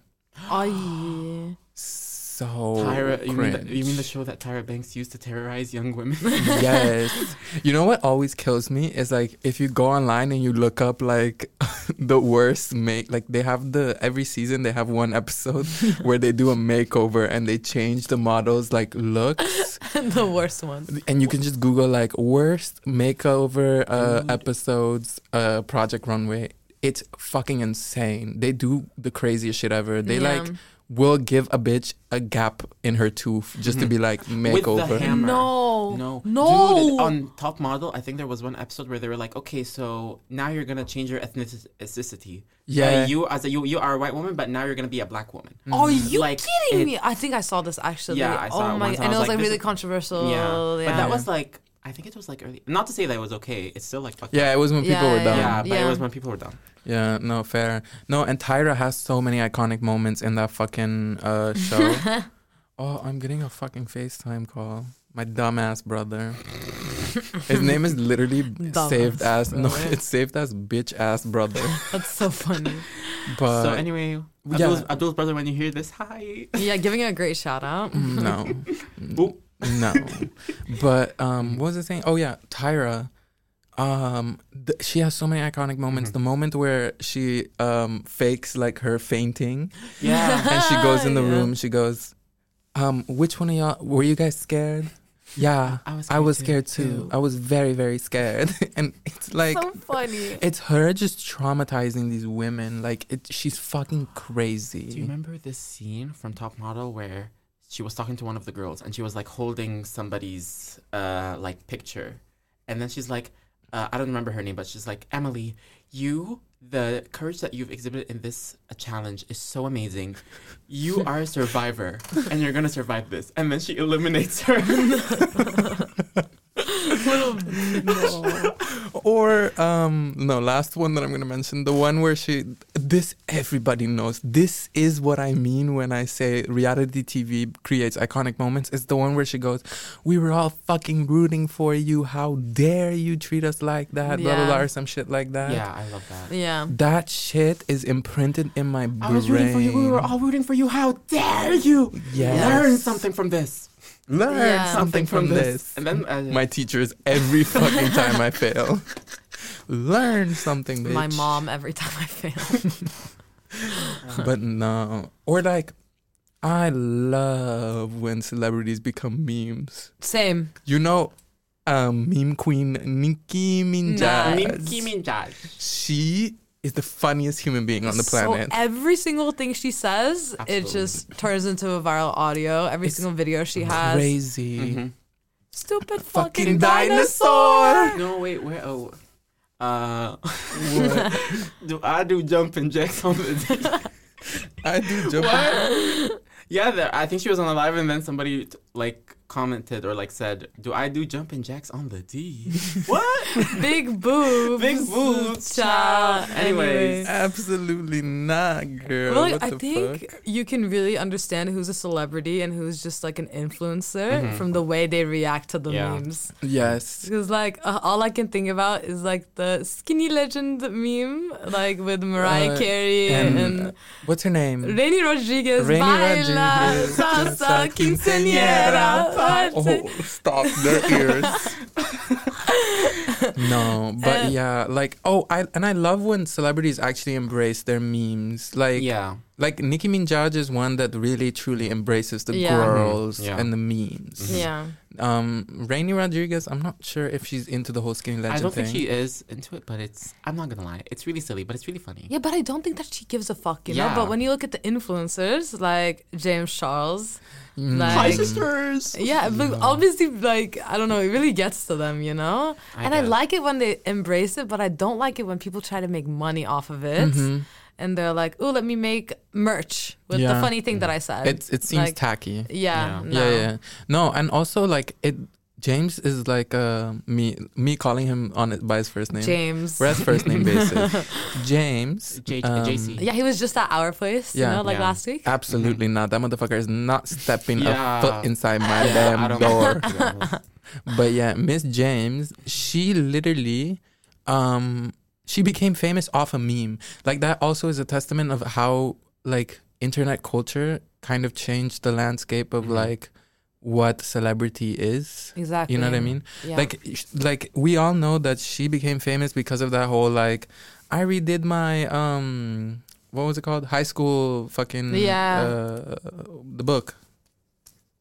B: oh, yeah.
A: so
C: Tyra, you mean, the, you mean the
A: cringe.
C: show that Tyra Banks used to terrorize young women?
A: yes. You know what always kills me is like if you go online and you look up like the worst make like they have the every season they have one episode where they do a makeover and they change the models like looks
B: the worst one.
A: and you can just google like worst makeover uh,
C: Dude.
A: episodes uh project runway. It's fucking insane. They do the craziest shit ever. They
B: Yeah.
A: like will give a bitch a gap in her tooth just to be like makeover.
C: ham- Hammer.
A: Oh,
B: no,
C: No.
B: no.
C: Dude, on Top Model, I think there was one episode where they were like, okay, so now you're going to change your ethnic- ethnicity.
A: Yeah. Mm.
C: Uh, you as a, you, you are a white woman, but now you're going to be a black woman.
B: Are you
C: Like,
B: kidding
C: it-
B: me? I think I saw this actually.
C: Yeah, I saw
B: oh
C: it
B: my,
C: once,
B: and it was like,
C: this
B: really
C: is-
B: controversial.
A: Oh,
C: yeah. But
B: yeah.
C: that was like, I think it was like early. Not to say that it was okay. It's still like fucked up.
A: Yeah, it was when people
B: Yeah,
A: were dumb.
C: Yeah, but
B: Yeah.
C: it was when people were dumb.
A: Yeah, no, fair. No, and Tyra has so many iconic moments in that fucking uh, show. oh, I'm getting a fucking FaceTime call. My dumbass brother. His name is literally
B: Dumbass
A: saved as no,
B: brother.
A: it's saved as bitch ass brother.
B: that's so funny.
A: But
C: so anyway,
A: yeah.
C: Abdul's, Abdul's brother, when you hear this, hi.
B: yeah, giving it a great shout out.
A: no,
C: Boop.
A: no. But um, what was the thing? Oh yeah, Tyra. Um, th- she has so many iconic moments.
C: Mhm.
A: The moment where she um fakes like her fainting.
C: Yeah.
A: and she goes in the
B: Yeah.
A: room. She goes, um, "Which one of y'all were you guys scared?" Yeah,
C: I was
A: I was scared too. I was very, very scared. and it's like
B: so funny.
A: it's her just traumatizing these women. Like it, she's fucking crazy.
C: Do you remember this scene from Top Model where she was talking to one of the girls and she was like holding somebody's uh like picture, and then she's like, uh, I don't remember her name, but she's like, Emily, you. The courage that you've exhibited in this uh, challenge is so amazing. You are a survivor, and you're gonna survive this. And then she eliminates her.
A: Or um, no, last one that I'm gonna mention, the one where she, this everybody knows. This is what I mean when I say reality TV creates iconic moments. It's the one where she goes, "We were all fucking rooting for you. How dare you treat us like that?" Blah blah
B: Yeah.
A: blah, or some shit like that.
C: yeah, I love that.
B: Yeah.
A: That shit is imprinted in my brain.
C: I was rooting for you. We were all rooting for you. How dare you?
A: Yes.
C: Learn something from this.
A: learn
B: Yeah.
A: something from this.
C: And then uh,
A: My teachers every fucking time I fail. Learn something, bitch.
B: My mom every time I fail.
A: but no. Or like, I love when celebrities become memes.
B: Same.
A: You know, um, meme queen Nicki Minaj.
C: Nicki Minaj.
A: She is the funniest human being on the planet.
B: So every single thing she says, it
C: Absolutely.
B: just turns into a viral audio. Every
A: It's
B: single video she has.
A: Crazy.
B: Stupid fucking,
A: Fucking
B: dinosaur.
A: dinosaur.
C: No, wait, where? Oh, uh, do I do jumping jacks on the
A: I do jump.
C: What? yeah, there, I think she was on live, and then somebody t- like commented or like said, "Do I do jumping jacks on the D?" what?
B: Big boobs.
C: Big boobs,
B: Child.
C: child. Anyways.
A: Absolutely not, girl.
B: Well, like,
A: what
B: I
A: the
B: think
A: fuck?
B: you can really understand who's a celebrity and who's just like an influencer
A: Mm-hmm.
B: from the way they react to the
C: Yeah.
B: memes.
A: Yes.
B: Because like uh, all I can think about is like the skinny legend meme, like with Mariah
A: Uh,
B: Carey
A: and-
B: and,
A: What's her name?
B: Rainy Rodriguez,
A: Rainy
B: baila
A: Rodriguez,
B: salsa
A: salsa,
B: quinceañera. parte.
A: Oh, stop their ears. no, but
B: Uh,
A: yeah, like oh, I and I love when celebrities actually embrace their memes. Like
C: yeah.
A: like Nicki Minaj is one that really truly embraces the
B: Yeah. Mhm.
A: girls
C: Mm-hmm. Yeah.
A: and the memes.
B: Yeah,
A: Um, Rainy Rodriguez, I'm not sure if she's into the whole skinny legend
C: I don't
A: thing.
C: think she is into it, but it's. I'm not gonna lie. It's really silly, but it's really funny.
B: yeah, but I don't think that she gives a fuck, you know.
C: Yeah.
B: But when you look at the influencers like James Charles,
A: Mm.
B: Like- Hi,
C: sisters.
B: yeah, but obviously, like I don't know, it really gets to them, you know.
C: I
B: and I
C: guess.
B: like it when they embrace it, but I don't like it when people try to make money off of it.
A: Mm-hmm.
B: And they're like, "Oh, let me make merch with the
A: Yeah.
B: funny thing that I said."
A: It it seems
B: Like,
A: tacky.
B: Yeah,
C: Yeah.
B: no.
A: Yeah, yeah. No, and also like it. James is like uh, me me calling him on it by his first name.
B: James.
A: We're at first name basis. James.
C: J-
A: um,
C: JC.
B: Yeah, he was just at our place,
A: Yeah. Ah,
B: you know, like
C: Yeah.
B: last week.
A: Absolutely not. That motherfucker is not stepping
C: Yeah.
A: a foot inside my
C: Yeah, I
A: damn
C: don't
A: door.
C: know.
A: but yeah, Miss James, she literally, um, she became famous off a meme. Like that also is a testament of how like internet culture kind of changed the landscape of
C: Mhm.
A: like what celebrity is.
B: Exactly.
A: You know what I mean?
B: Yeah.
A: Like sh- like we all know that she became famous because of that whole like I redid my um what was it called? High school fucking
B: Yeah.
A: uh, the book.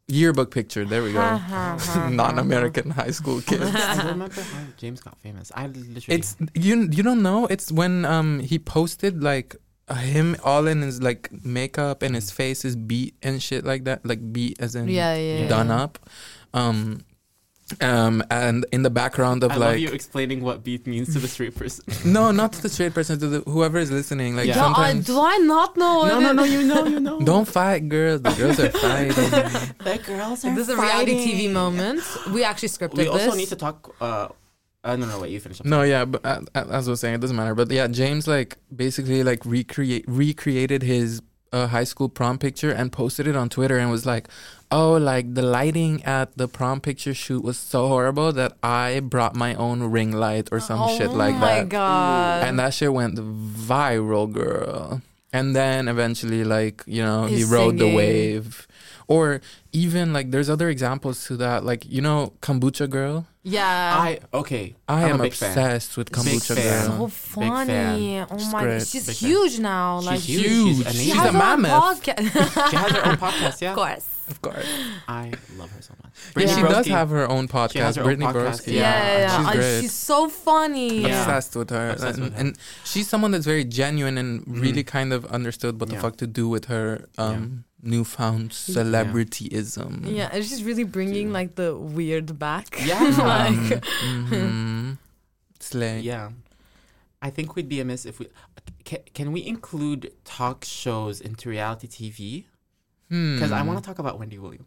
A: Yearbook picture. There we go. Non-American high school kids.
C: I don't remember how James got famous. I literally.
A: It's you you don't know. It's when um he posted like him all in his like makeup and his face is beat and shit like that. Like beat as in
B: Yeah, yeah. yeah.
A: done up. Um um and in the background of
C: I love
A: like
C: you explaining what beat means to the straight person.
A: No, not to the straight person, to the, whoever is listening. Like
C: Yeah.
B: No, I,
A: sometimes,
B: do I not know? what
C: no, no,
B: it-
C: no, you know, you know.
A: don't fight, girls. The girls are fighting.
C: The girls are.
B: This is a reality TV moment. We actually scripted
C: We also
B: this.
C: need to talk. Uh, uh, no, no, wait, you finish up.
A: no, yeah, but uh, uh, as I was saying, it doesn't matter. But yeah, James like basically like recreate recreated his uh, high school prom picture and posted it on Twitter and was like, "Oh, like the lighting at the prom picture shoot was so horrible that I brought my own ring light or some
B: oh
A: shit like
B: my
A: that."
B: god!
A: And that shit went viral, girl. And then eventually, like, you know, he
B: He's
A: rode the
B: singing.
A: wave. Or even like there's other examples to that. Like, you know, kombucha girl.
B: yeah,
C: I okay.
A: I
C: I'm a
A: am
C: big fan.
A: obsessed with
C: Big
A: kombucha
C: fan.
A: girl.
B: so funny.
C: fan.
B: Oh
A: She's
B: my, god.
A: great.
B: she's
C: Big fan.
B: huge now.
C: She's
B: like
C: huge. She's amazing.
A: She's
B: has
A: a
B: her own
A: mammoth.
B: podcast.
C: She has her own podcast. Yeah,
B: of course.
A: Of course.
C: I love her so much.
A: Yeah,
C: Brittany
A: she does
C: Broski.
A: have her own
C: She has
A: podcast,
C: her own
A: Brittany
C: podcast,
A: Broski.
B: Yeah,
C: Yeah,
B: yeah, yeah.
A: She's
B: Uh,
A: great.
B: she's so funny.
C: Yeah.
A: Obsessed with her.
C: Obsessed
A: and,
C: with her. Mm-hmm.
A: and she's someone that's very genuine and really kind of understood what the
C: Yeah.
A: fuck to do with her um, newfound celebrityism.
B: Yeah, and she's really bringing like the weird back.
C: Yeah.
B: like
A: hmm Slay.
C: Yeah, I think we'd be amiss if we can. Can we include talk shows into reality TV?
A: Hmm.
C: Because I want to talk about Wendy Williams.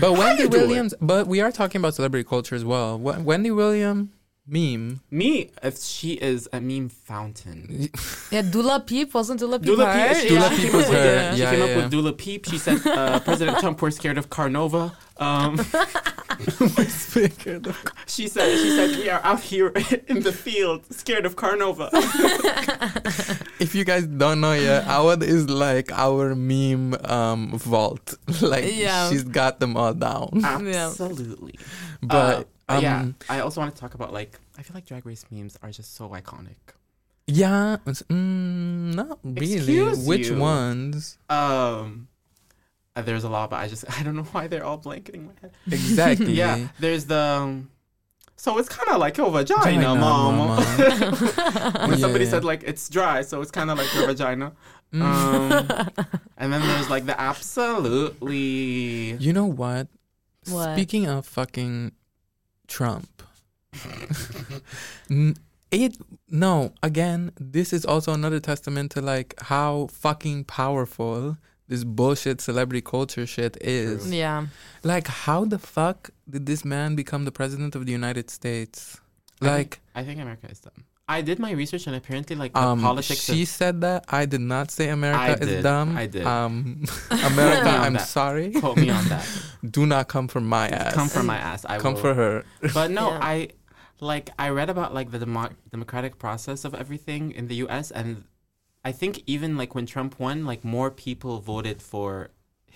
A: But Wendy
C: you do it?
A: Williams. But we are talking about celebrity culture as well. Wh- Wendy Williams meme.
C: Me, if she is a meme fountain.
B: yeah, Dula Peep wasn't Dula Peep.
C: Dula
B: her?
C: Peep,
A: Dula
C: she
A: Peep
C: came
A: was
C: up with,
A: her,
C: uh, she
A: yeah,
C: came
A: yeah,
C: up with Dula Peep. She said uh, President Trump, we're scared of Carnova. Um, she said she said we are out here in the field, scared of Carnova.
A: If you guys don't know yet, Awad is like our meme um, vault. Like
B: Yeah.
A: she's got them all down.
C: Absolutely.
A: But
C: Uh,
A: um,
C: yeah,
A: yeah,
C: I also want to talk about like I feel like Drag Race memes are just so iconic.
A: it's- mm, not really.
C: Excuse
A: Which
C: you.
A: ones?
C: Um, uh, there's a lot, but I just I don't know why they're all blanketing my head.
A: Exactly.
C: Yeah, there's the. um, so it's kind of like your vagina,
A: Vagina,
C: mama. when somebody
A: Yeah.
C: said like it's dry, so it's kind of like your vagina.
A: Mm.
C: Um, and then there's like the absolutely.
A: You know what?
B: What?
A: Speaking of fucking Trump, n- it no again this is also another testament to like how fucking powerful this bullshit celebrity culture shit is
C: True.
B: Yeah.
A: like how the fuck did this man become the president of the united states
C: I think-
A: like
C: I think America is dumb. I did my research and apparently like the
A: um
C: politics.
A: she
C: of,
A: said that i did not say america
C: I
A: is
C: did.
A: dumb
C: I did.
A: um america
C: Quote me on
A: i'm
C: that.
A: sorry
C: quote me on that.
A: do not come for my ass
C: Come for my ass. I
A: come
C: will.
A: for her
C: But no,
B: Yeah.
C: I like I read about like the demo- democratic process of everything in the U.S. and I think even like when Trump won, like more people voted for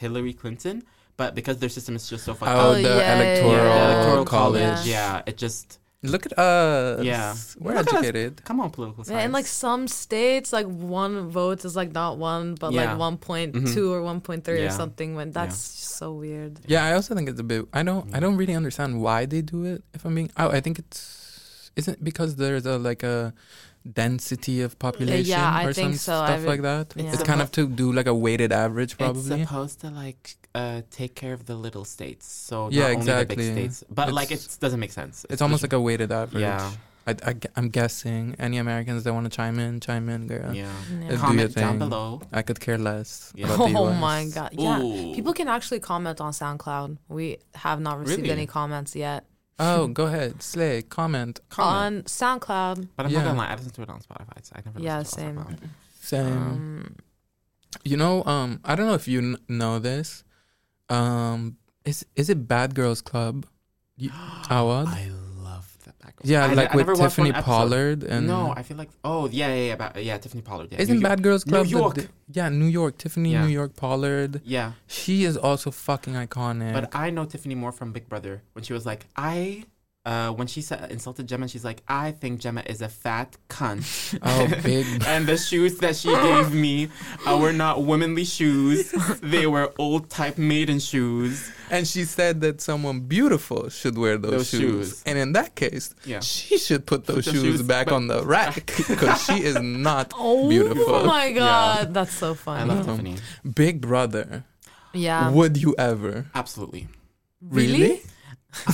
C: Hillary Clinton, but because their system is just so fucked
A: oh,
C: up.
B: Oh,
A: the
B: yeah, yeah,
A: electoral,
B: yeah. The
C: electoral
A: college
C: college. Yeah, it just
A: look at us
C: Yeah.
A: we're
C: Look at us.
A: educated
C: come on political science.
B: Yeah, in like some states, like one vote is like not one, but
C: Yeah.
B: like one point two
C: Mhm.
B: or one point three or
C: Yeah.
B: something. When
C: Yeah.
B: that's just so weird.
A: Yeah, I also think it's a bit. I don't. I
C: Yeah.
A: don't really understand why they do it. If I'm being, oh, I think it's isn't because there's a like a density of population
B: I
A: or some
B: think so. I
A: stuff
B: would-
A: like that.
B: yeah.
A: It's kind of to do like a weighted average,
C: It's
A: probably.
C: supposed to like uh, take care of the little states, so
A: Yeah,
C: not only
A: exactly.
C: the big states, but like it
A: It's-
C: doesn't make sense.
A: It's almost like a weighted average.
C: yeah,
A: I, am guessing any Americans that want to chime in, chime in, girl.
C: yeah.
A: Let's do your
C: Comment down
A: thing.
C: below.
A: I could care less.
C: Yeah.
A: About the
B: Oh
A: US.
B: my god. Yeah.
C: Ooh.
B: People can actually comment on SoundCloud. We have not received
C: Really?
B: any comments yet
A: Oh, go ahead, slay, comment,
C: comment.
B: on SoundCloud.
C: But I'm
A: Yeah.
C: not gonna lie, I listen to it on Spotify. So I never.
B: Yeah,
C: listen to it on
B: same.
C: SoundCloud.
A: same.
B: Um,
A: You know, um, I don't know if you kn- know this. Um, is is it Bad Girls Club? You, Awad?
C: I love that back.
A: yeah,
C: I,
A: like
C: I
A: with
C: never watched
A: Tiffany
C: one episode.
A: Pollard and
C: no, I feel like oh yeah yeah yeah about, yeah Tiffany Pollard. Yeah,
A: isn't
C: You-
A: Bad Girls
C: New
A: Club? the-
C: York.
A: the- yeah, New York. Tiffany,
C: Yeah.
A: New York Pollard.
C: Yeah,
A: She is also fucking iconic.
C: but I know Tiffany more from Big Brother when she was like I. Uh, when she said, insulted Gemma, she's like, "I think Gemma is a fat cunt,"
A: oh, big.
C: and the shoes that she gave me uh, were not womanly shoes; they were old type maiden shoes.
A: and she said that someone beautiful should wear those,
C: Those
A: shoes.
C: shoes.
A: And in that case,
C: Yeah,
A: she should put those
C: the
A: shoes,
C: shoes
A: back
C: back
A: on the rack because she is not
B: oh
A: Beautiful.
B: my god,
C: Yeah. uh,
B: that's so
C: I
B: funny.
C: love
A: know.
C: Tiffany
A: Big Brother.
C: Um,
B: yeah.
A: Would you ever?
C: absolutely.
A: Really?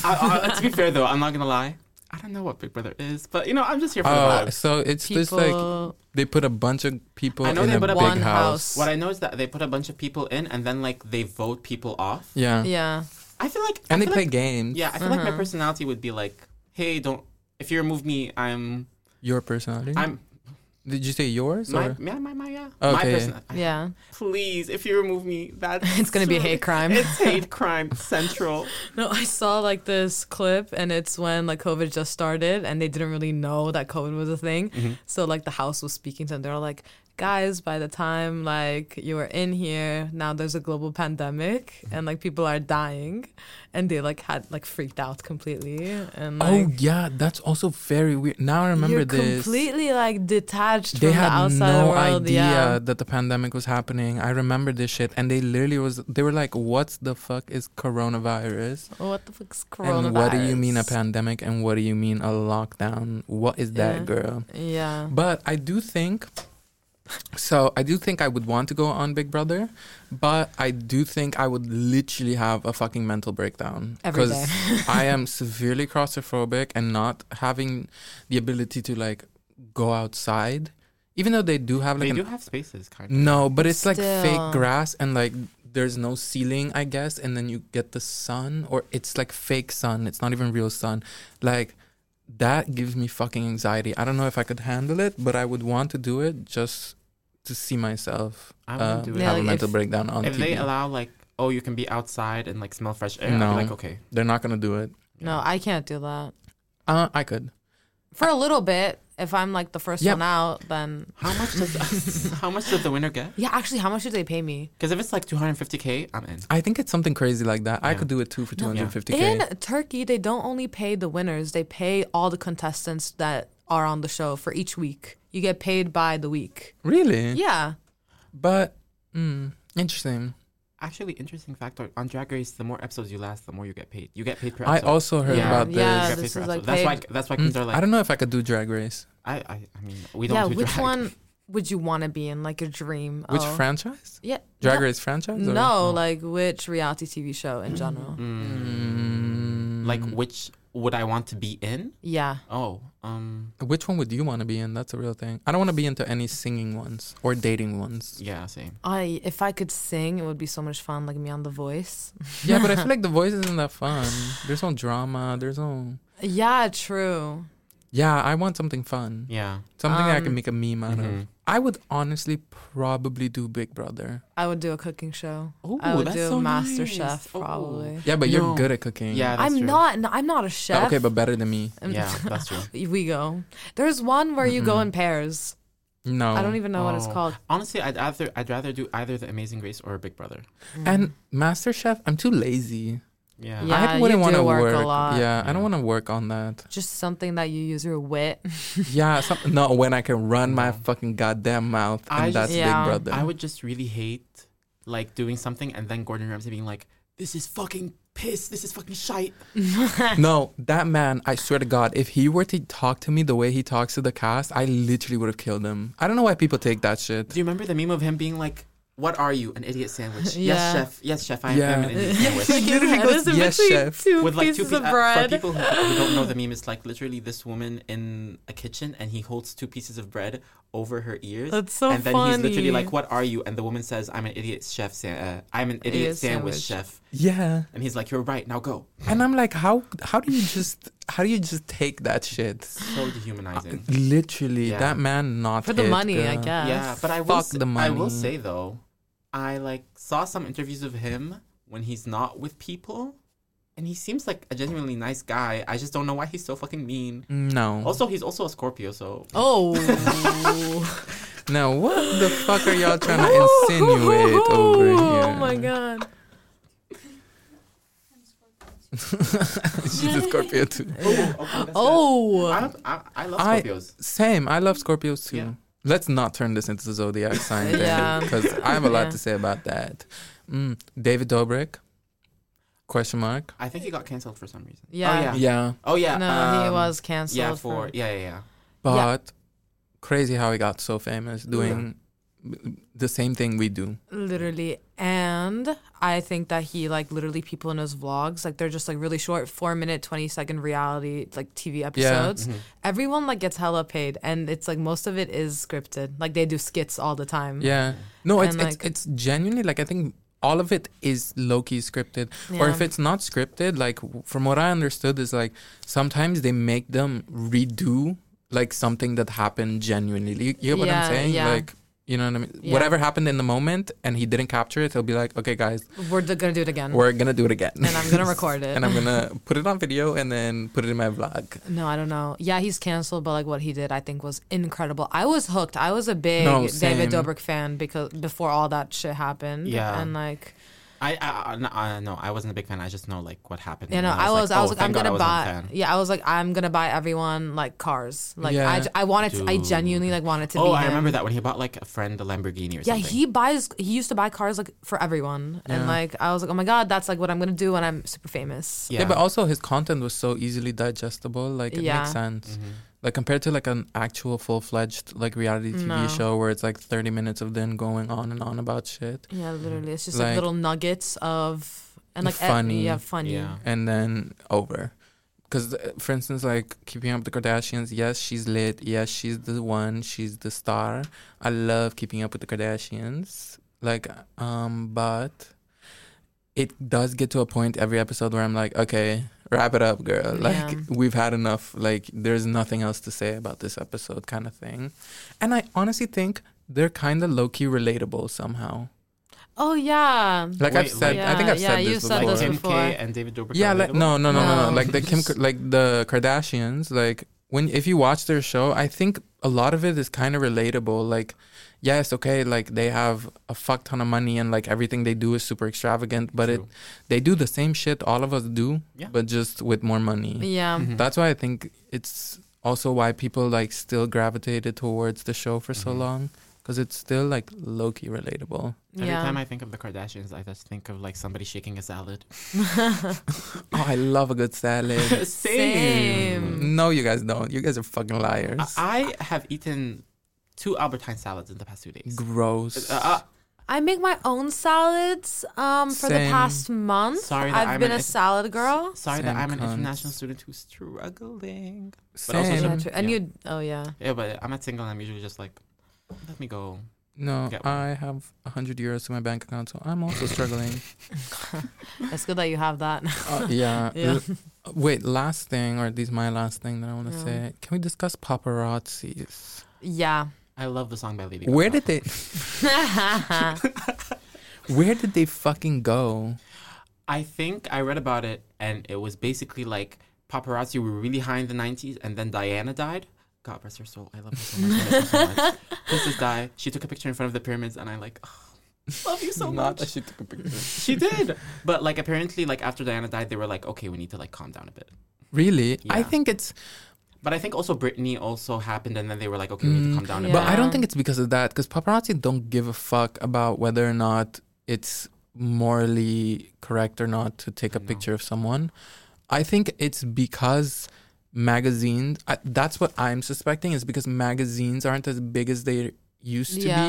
C: I, I, to be fair though, I'm not gonna lie. I don't know what Big Brother is, but you know, I'm just here for
A: Oh,
C: the vibes.
A: so it's
B: People,
A: just like they put a bunch of people
C: I know
A: in
C: they
A: a
C: put a
A: big
B: one
A: house.
B: house.
C: What I know is that they put a bunch of people in, and then like they vote people off.
A: Yeah.
B: yeah.
C: I feel like
A: And they
C: I feel
A: play
C: like-
A: games.
C: Yeah, I feel like my
B: Uh-huh.
C: personality would be like, hey, don't if you remove me, I'm
A: Your personality?
C: I'm
A: Did you say yours?
C: my
A: or?
C: my my, my yeah my
A: Okay.
C: person. I-
B: Yeah.
C: Please, if you remove me, that
B: It's gonna be a hate crime.
C: It's hate crime central.
B: No, I saw like this clip, and it's when like COVID just started, and they didn't really know that COVID was a thing.
A: Mm-hmm.
B: So like the house was speaking to them. They're like, "Guys, by the time like you were in here, now there's a global pandemic, and like people are dying," and they like had like freaked out completely. And like,
A: oh, yeah. That's also very weird. Now I remember
B: you're
A: this.
B: completely like detached
A: they
B: from the
A: had
B: outside
A: no
B: world.
A: idea
B: Yeah,
A: that the pandemic was happening. I remember this shit. And they literally was, they were like, what the fuck is coronavirus?
B: what the fuck's coronavirus?
A: And what do you mean a pandemic? And what do you mean a lockdown? What is that,
B: Yeah.
A: girl?
B: Yeah.
A: But I do think so I do think I would want to go on Big Brother, but I do think I would literally have a fucking mental breakdown
B: Every day.
A: I am severely claustrophobic and not having the ability to like go outside even though they do have like
C: they
A: an,
C: do have spaces, kind of.
A: no, but it's like
B: Still.
A: fake grass and like there's no ceiling, I guess, and then you get the sun or it's like fake sun. It's not even real sun. Like that gives me fucking anxiety. I don't know if I could handle it, but I would want to do it just to see myself
C: I
A: uh,
C: wouldn't do it.
B: Yeah,
A: have a
B: like,
A: mental
B: if-
A: breakdown on
C: if
A: TV.
C: they allow like, oh, you can be outside and like smell fresh air, I'd
A: No.
C: be like, okay.
A: They're not gonna do it.
B: No, I can't do that.
A: Uh, I could.
B: for a little bit. If I'm like the first
A: Yep.
B: one out, then
C: How much does how much does the winner get?
B: yeah. Actually, how much do they pay me
C: Because if it's like 250k, I'm in.
A: I think it's something crazy like that. I
C: Yeah.
A: could do it too for
C: No, yeah.
A: 250k.
B: in Turkey? They don't only pay the winners; they pay all the contestants that are on the show for each week. You get paid by the week.
C: Mm-hmm.
A: Really?
B: Yeah,
A: But mm, interesting.
C: Actually, interesting fact on- on Drag Race: the more episodes you last, the more you get paid. You get paid per
A: I
C: episode.
A: also heard
C: Yeah.
A: about this.
B: Yeah,
C: You get paid
B: this
C: per
B: is,
C: episode.
B: like,
C: that's why
B: paid-
C: that's why queens
A: Mm,
C: are
A: I
C: like
A: don't know if I could do Drag Race.
C: I, I I mean we don't
B: yeah.
C: do
B: Which
C: drag.
B: one would you want to be in? Like your dream?
A: Which
B: oh.
A: franchise?
B: Yeah,
A: Drag
B: no,
A: Race franchise? or- Oh.
C: Mm-hmm.
B: No, like which reality TV show in general?
C: Mm.
A: Mm,
C: like which would I want to be in?
B: Yeah.
C: Oh, um,
A: Which one would you want to be in? That's a real thing. I don't want to be into any singing ones or dating ones.
C: yeah, same.
B: I if I could sing, it would be so much fun, like me on The Voice.
A: Yeah, but I feel like the voice isn't that fun. There's no drama. There's no.
B: Yeah, true.
A: Yeah, I want something fun.
C: Yeah.
A: Something that I can
B: Um,
A: make a meme out of.
C: Mhm.
A: I would honestly probably do Big Brother.
B: I would do a cooking show.
C: Ooh,
B: I would
C: that's
B: do
C: so
B: Master
C: nice.
B: Chef
C: Oh.
B: probably.
A: Yeah, but you're
C: No.
A: good at cooking. Oh,
C: Yeah, that's
B: I'm
C: true.
B: not. No, I'm not a chef.
A: Okay, but better than me.
B: I'm-
C: Yeah, that's true.
B: we go. There's one where you go
A: Mm-mm.
B: in pairs.
A: No.
B: I don't even know what it's
C: Oh.
B: called.
C: Honestly, I'd rather I'd rather do either the Amazing Grace or Big Brother.
B: Mm.
A: And MasterChef, I'm too lazy.
C: Yeah.
B: Yeah.
A: I wouldn't
B: you
A: want
B: do
A: to
B: work
A: work.
B: a lot.
A: Yeah, I
C: Yeah.
A: don't want to work on that.
B: just something that you use your wit.
A: Yeah, some, no, when I can run my
C: No.
A: fucking goddamn mouth, and
C: I just-
A: that's
B: Yeah.
A: Big Brother.
C: I would just really hate like doing something and then Gordon Ramsay being like, "This is fucking piss. This is fucking shite."
A: no, that man, I swear to God, if he were to talk to me the way he talks to the cast, I literally would have killed him. I don't know why people take that shit.
C: Do you remember the meme of him being like, "What are you? An idiot sandwich?"
B: Yeah.
C: Yes, chef. Yes, chef. I
A: Yeah.
C: am an idiot sandwich.
A: He literally goes, "Yes, chef."
B: Two
C: With like two
B: pieces
C: pieces
B: of
C: for
B: bread.
C: people who, who don't know the meme, it's like literally this woman in a kitchen and he holds two pieces of bread over her ears.
B: That's so
C: and then
B: funny.
C: he's literally like, "What are you?" And the woman says, "I'm an idiot chef. Sa- uh, I'm an idiot,
B: Idiot
C: sandwich,
B: sandwich.
C: chef."
A: Yeah,
C: And he's like, "You're right. Now go."
A: and I'm like, how how do you just how do you just take that shit?
C: So
B: Uh,
C: dehumanizing.
A: Literally,
C: Yeah.
A: that man not
B: for the
A: it,
B: money, I
A: girl.
B: guess.
C: yeah, but I will.
A: Fuck
C: say,
A: the
C: I will
A: money.
C: say though, I like saw some interviews of him when he's not with people, and he seems like a genuinely nice guy. I just don't know why he's so fucking mean.
A: No.
C: Also, he's also a Scorpio, so
B: Oh,
A: Now, what the fuck are y'all trying to insinuate over here?
B: Oh my god.
A: She's a Scorpio too.
C: I,
B: Oh,
C: don't, I, I love
A: I-
C: Scorpios.
A: Same. I love Scorpios too.
C: Yeah.
A: Let's not turn this into the zodiac sign thing
B: Yeah.
A: because I have a lot
B: Yeah.
A: to say about that. Mm, David Dobrik? Question mark?
C: I, think he got canceled for some reason.
B: Yeah.
C: Oh yeah.
A: Yeah,
C: Oh yeah.
B: no, he
C: um,
B: was canceled.
C: Yeah, for yeah, yeah, yeah.
A: but crazy how he got so famous doing the same thing we do.
B: literally and i think that he like literally people in his vlogs like they're just like really short four minute 20 second reality like tv episodes
A: mm-hmm.
B: everyone like gets hella paid and it's like most of it is scripted like they do skits all the time
A: Yeah. No, it's,
B: And, like-
A: it's it's genuinely like I think all of it is low key scripted. Or
B: Yeah.
A: if it's not scripted, like w- from what I understood is like sometimes they make them redo like something that happened genuinely. You, you get what
B: Yeah,
A: I'm saying?
B: yeah.
A: Like you know what I mean?
B: Yeah.
A: Whatever happened in the moment and he didn't capture it, he'll be like, Okay guys,
B: we're d- gonna do it again
A: we're gonna do it again.
B: and i'm gonna record it
A: and I'm gonna put it on video and then put it in my vlog.
B: no i don't know yeah he's canceled but like what he did i think was incredible i was hooked i was a big
A: No,
B: david
A: same.
B: dobrik fan because before all that shit happened
C: Yeah.
B: and like
C: I, I, I, no, I no, I wasn't a big fan. I just know like what happened.
B: You know,
C: and
B: I was, I was like,
C: oh,
B: I'm
C: thank God
B: gonna
C: wasn't a
B: buy.
C: fan.
B: Yeah, I was like, I'm gonna buy everyone like cars. Like, I,
A: Yeah.
B: j- I wanted, to, I
C: Dude.
B: genuinely like wanted to.
C: Oh,
B: be
C: I
B: him.
C: remember that when he bought like a friend a Lamborghini or
B: Yeah,
C: something.
B: he buys. He used to buy cars like for everyone, and
A: Yeah.
B: like I was like, oh my god, that's like what I'm gonna do when I'm super famous.
A: Yeah. but also his content was so easily digestible, like it
B: Yeah.
A: makes sense.
C: Mhm.
A: like compared to like an actual full fledged like reality TV
B: No.
A: show where it's like thirty minutes of them going on and on about shit,
B: Yeah, literally, it's just like,
A: Like-
B: little nuggets of and like e-
A: Funny.
B: yeah, funny.
C: Yeah.
A: and then over. Because for instance, like Keeping Up with the Kardashians, yes, she's lit. Yes, she's the one. She's the star. I love Keeping Up with the Kardashians. Like, um, but it does get to a point every episode where I'm like, okay, wrap it up, girl. Like,
B: Yeah.
A: we've had enough. Like, there's nothing else to say about this episode, kind of thing. And I honestly think they're kind of low key relatable somehow.
B: Oh yeah.
A: Like I've
C: Wait,
A: said,
B: like-
A: I think I've
B: Yeah,
A: said
B: yeah,
A: this
B: you've said
A: before.
C: like
B: this
C: Kim
B: before.
C: K and David Dobrik.
A: yeah,
C: are
A: like
C: relatable?
A: no, no, no, no,
B: No.
A: no. Like the Kim, like the Kardashians. Like when if you watch their show, I think a lot of it is kind of relatable. Like, yes, okay, like they have a fuck ton of money and like everything they do is super extravagant, but it
C: True.
A: they do the same shit all of us do,
C: Yeah.
A: but just with more money.
B: Yeah.
C: Mhm.
A: That's why I think it's also why people like still gravitated towards the show for so
C: Mhm.
A: long because it's still like low key relatable.
C: Every
B: yeah.
C: time I think of the Kardashians, I just think of like somebody shaking a salad.
A: Oh, I love a good salad.
B: Same.
A: no, you guys don't. You guys are fucking liars.
C: I I have eaten two Albertine salads in the past two days.
A: Gross.
C: Uh, uh,
D: I make my own salads um, for the
A: Same.
D: past month.
C: Sorry that
D: I've
C: I'm
D: been
C: an
D: a
C: ex-
D: salad girl.
C: Sorry
A: Same
C: that I'm an
A: cunt.
C: international student who's struggling. But also
A: Same.
B: Yeah,
C: some-
B: true. And
C: yeah.
B: you, oh yeah.
C: Yeah, but I'm not single. I'm usually just like, let me go.
A: No,
C: Get one.
A: I have 100 euros to my bank account, so I'm also struggling.
B: it's good that you have that.
A: Uh, yeah.
B: Yeah.
A: L- wait, last thing, or at least my last thing that I want to
B: Yeah.
A: say. Can we discuss paparazzis?
B: yeah.
C: I love the song by Lady.
A: Where
C: Gaga.
A: did they? Where did they fucking go?
C: I think I read about it, and it was basically like paparazzi were really high in the 90s, and then Diana died. God rest her soul. I love her so much. I miss her so much. Princess Di. She took a picture in front of the pyramids, and I like, love you so
A: Not that
C: much.
A: she took a picture.
C: She did, but like apparently, like after Diana died, they were like, okay, we need to like calm down a bit.
A: Really? I
C: Yeah.
A: think it's,
C: But I think also Britney also happened, and then they were like, okay, we need to
A: Mm,
C: calm down a
B: Yeah.
A: but I don't
B: Yeah.
A: think it's because of that. Because paparazzi don't give a fuck about whether or not it's morally correct or not to take a
C: No.
A: picture of someone. I think it's because magazines. I, that's what I'm suspecting is because magazines aren't as big as they used to
B: Yeah.
A: be,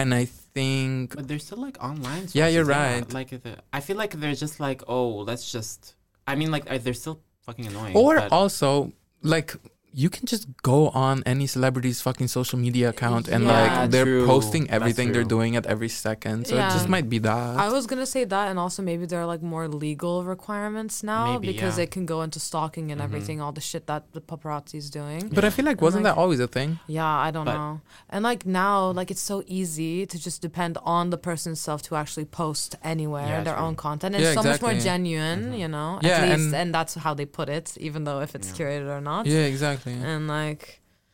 A: and I think
C: But they're still like online.
A: Yeah, you're
C: sources,
A: right.
C: Like, the, I feel like they're just like, oh, let's just. I mean, like, uh, they're still fucking annoying.
A: Or
C: but-
A: also, like, you can just go on any celebrity's fucking social media account and
B: Yeah,
A: like they're
C: true.
A: posting
C: That's
A: everything they're
C: true.
A: doing at every second. So it
B: Yeah.
A: just might be that.
B: I was gonna say that, and also maybe there are like more legal requirements now
C: Maybe,
B: because
C: yeah.
B: it can go into stalking and
C: Mhm.
B: everything, all the shit that the paparazzi's doing.
A: but I
C: Yeah.
A: feel like wasn't
B: like-
A: that always a thing?
B: Yeah, I don't
C: But-
B: know. And like now, like it's so easy to just depend on the person self to actually post anywhere
C: Yeah,
B: their
C: true.
B: own content. And
A: Yeah,
B: it's so much more
A: exactly.
B: genuine,
C: Mhm.
B: you know.
A: Yeah,
B: at least,
A: and-
B: and, that's how they put it, even though if it's
C: Yeah.
B: curated or not.
A: Yeah, exactly.
B: And like,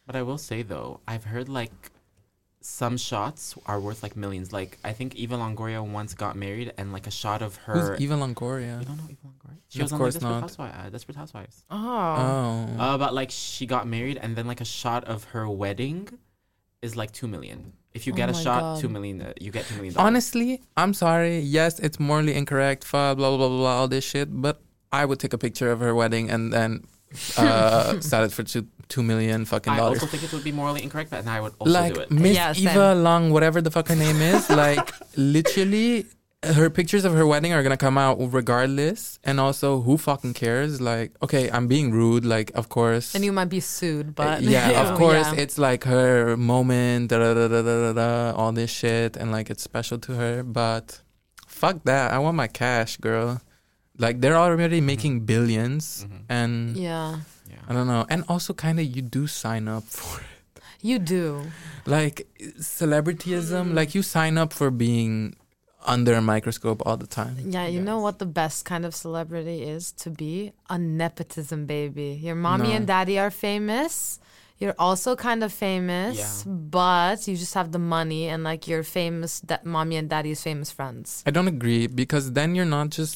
C: But I will say though, I've heard like some shots are worth like millions. Like I think Eva Longoria once got married, and like a shot of her.
A: Who's Eva
C: You
A: Longoria?
C: don't know Eva Longoria? She
A: Of
C: was on
A: course
C: like, Desperate,
A: not.
C: Housewives, uh, Desperate Housewives.
B: oh,
A: Oh.
C: Uh, but like she got married, and then like a shot of her wedding is like two million. If you
B: Oh
C: get a
B: my
C: shot,
B: God.
C: two million. Uh, you get two million. dollars.
A: Honestly, I'm sorry. Yes, it's morally incorrect. Blah blah blah blah. All this shit. But I would take a picture of her wedding and then uh, sell it for two two million fucking
C: I
A: dollars.
C: also think it would be morally incorrect, but and I would also do
A: like
C: it.
A: Miss
B: Yeah, same.
A: Eva Long, whatever the fuck her name is, like literally her pictures of her wedding are gonna come out regardless. And also, who fucking cares? Like, okay, I'm being rude. Like, of course.
B: and you might be sued,
A: Uh,
B: but
A: yeah,
B: Yeah.
A: of course,
B: Yeah.
A: it's like her moment, da da da da da da, da, all this shit, and like it's special to her. But fuck that, I want my cash, girl. Like they're already making billions,
C: Mhm.
A: and
B: yeah,
A: I
C: Yeah.
A: don't know. And also, kind of, you do sign up for
B: you do.
A: like
B: Mm.
A: celebrityism like you sign up for being under a microscope all the time
B: Yeah, you know
C: Yes.
B: what the best kind of celebrity is to be? A nepotism baby. Your mommy
A: No.
B: and daddy are famous. You're also kind of famous,
C: Yeah.
B: but you just have the money and like your famous that mommy and daddy's famous friends.
A: i don't agree because then you're not just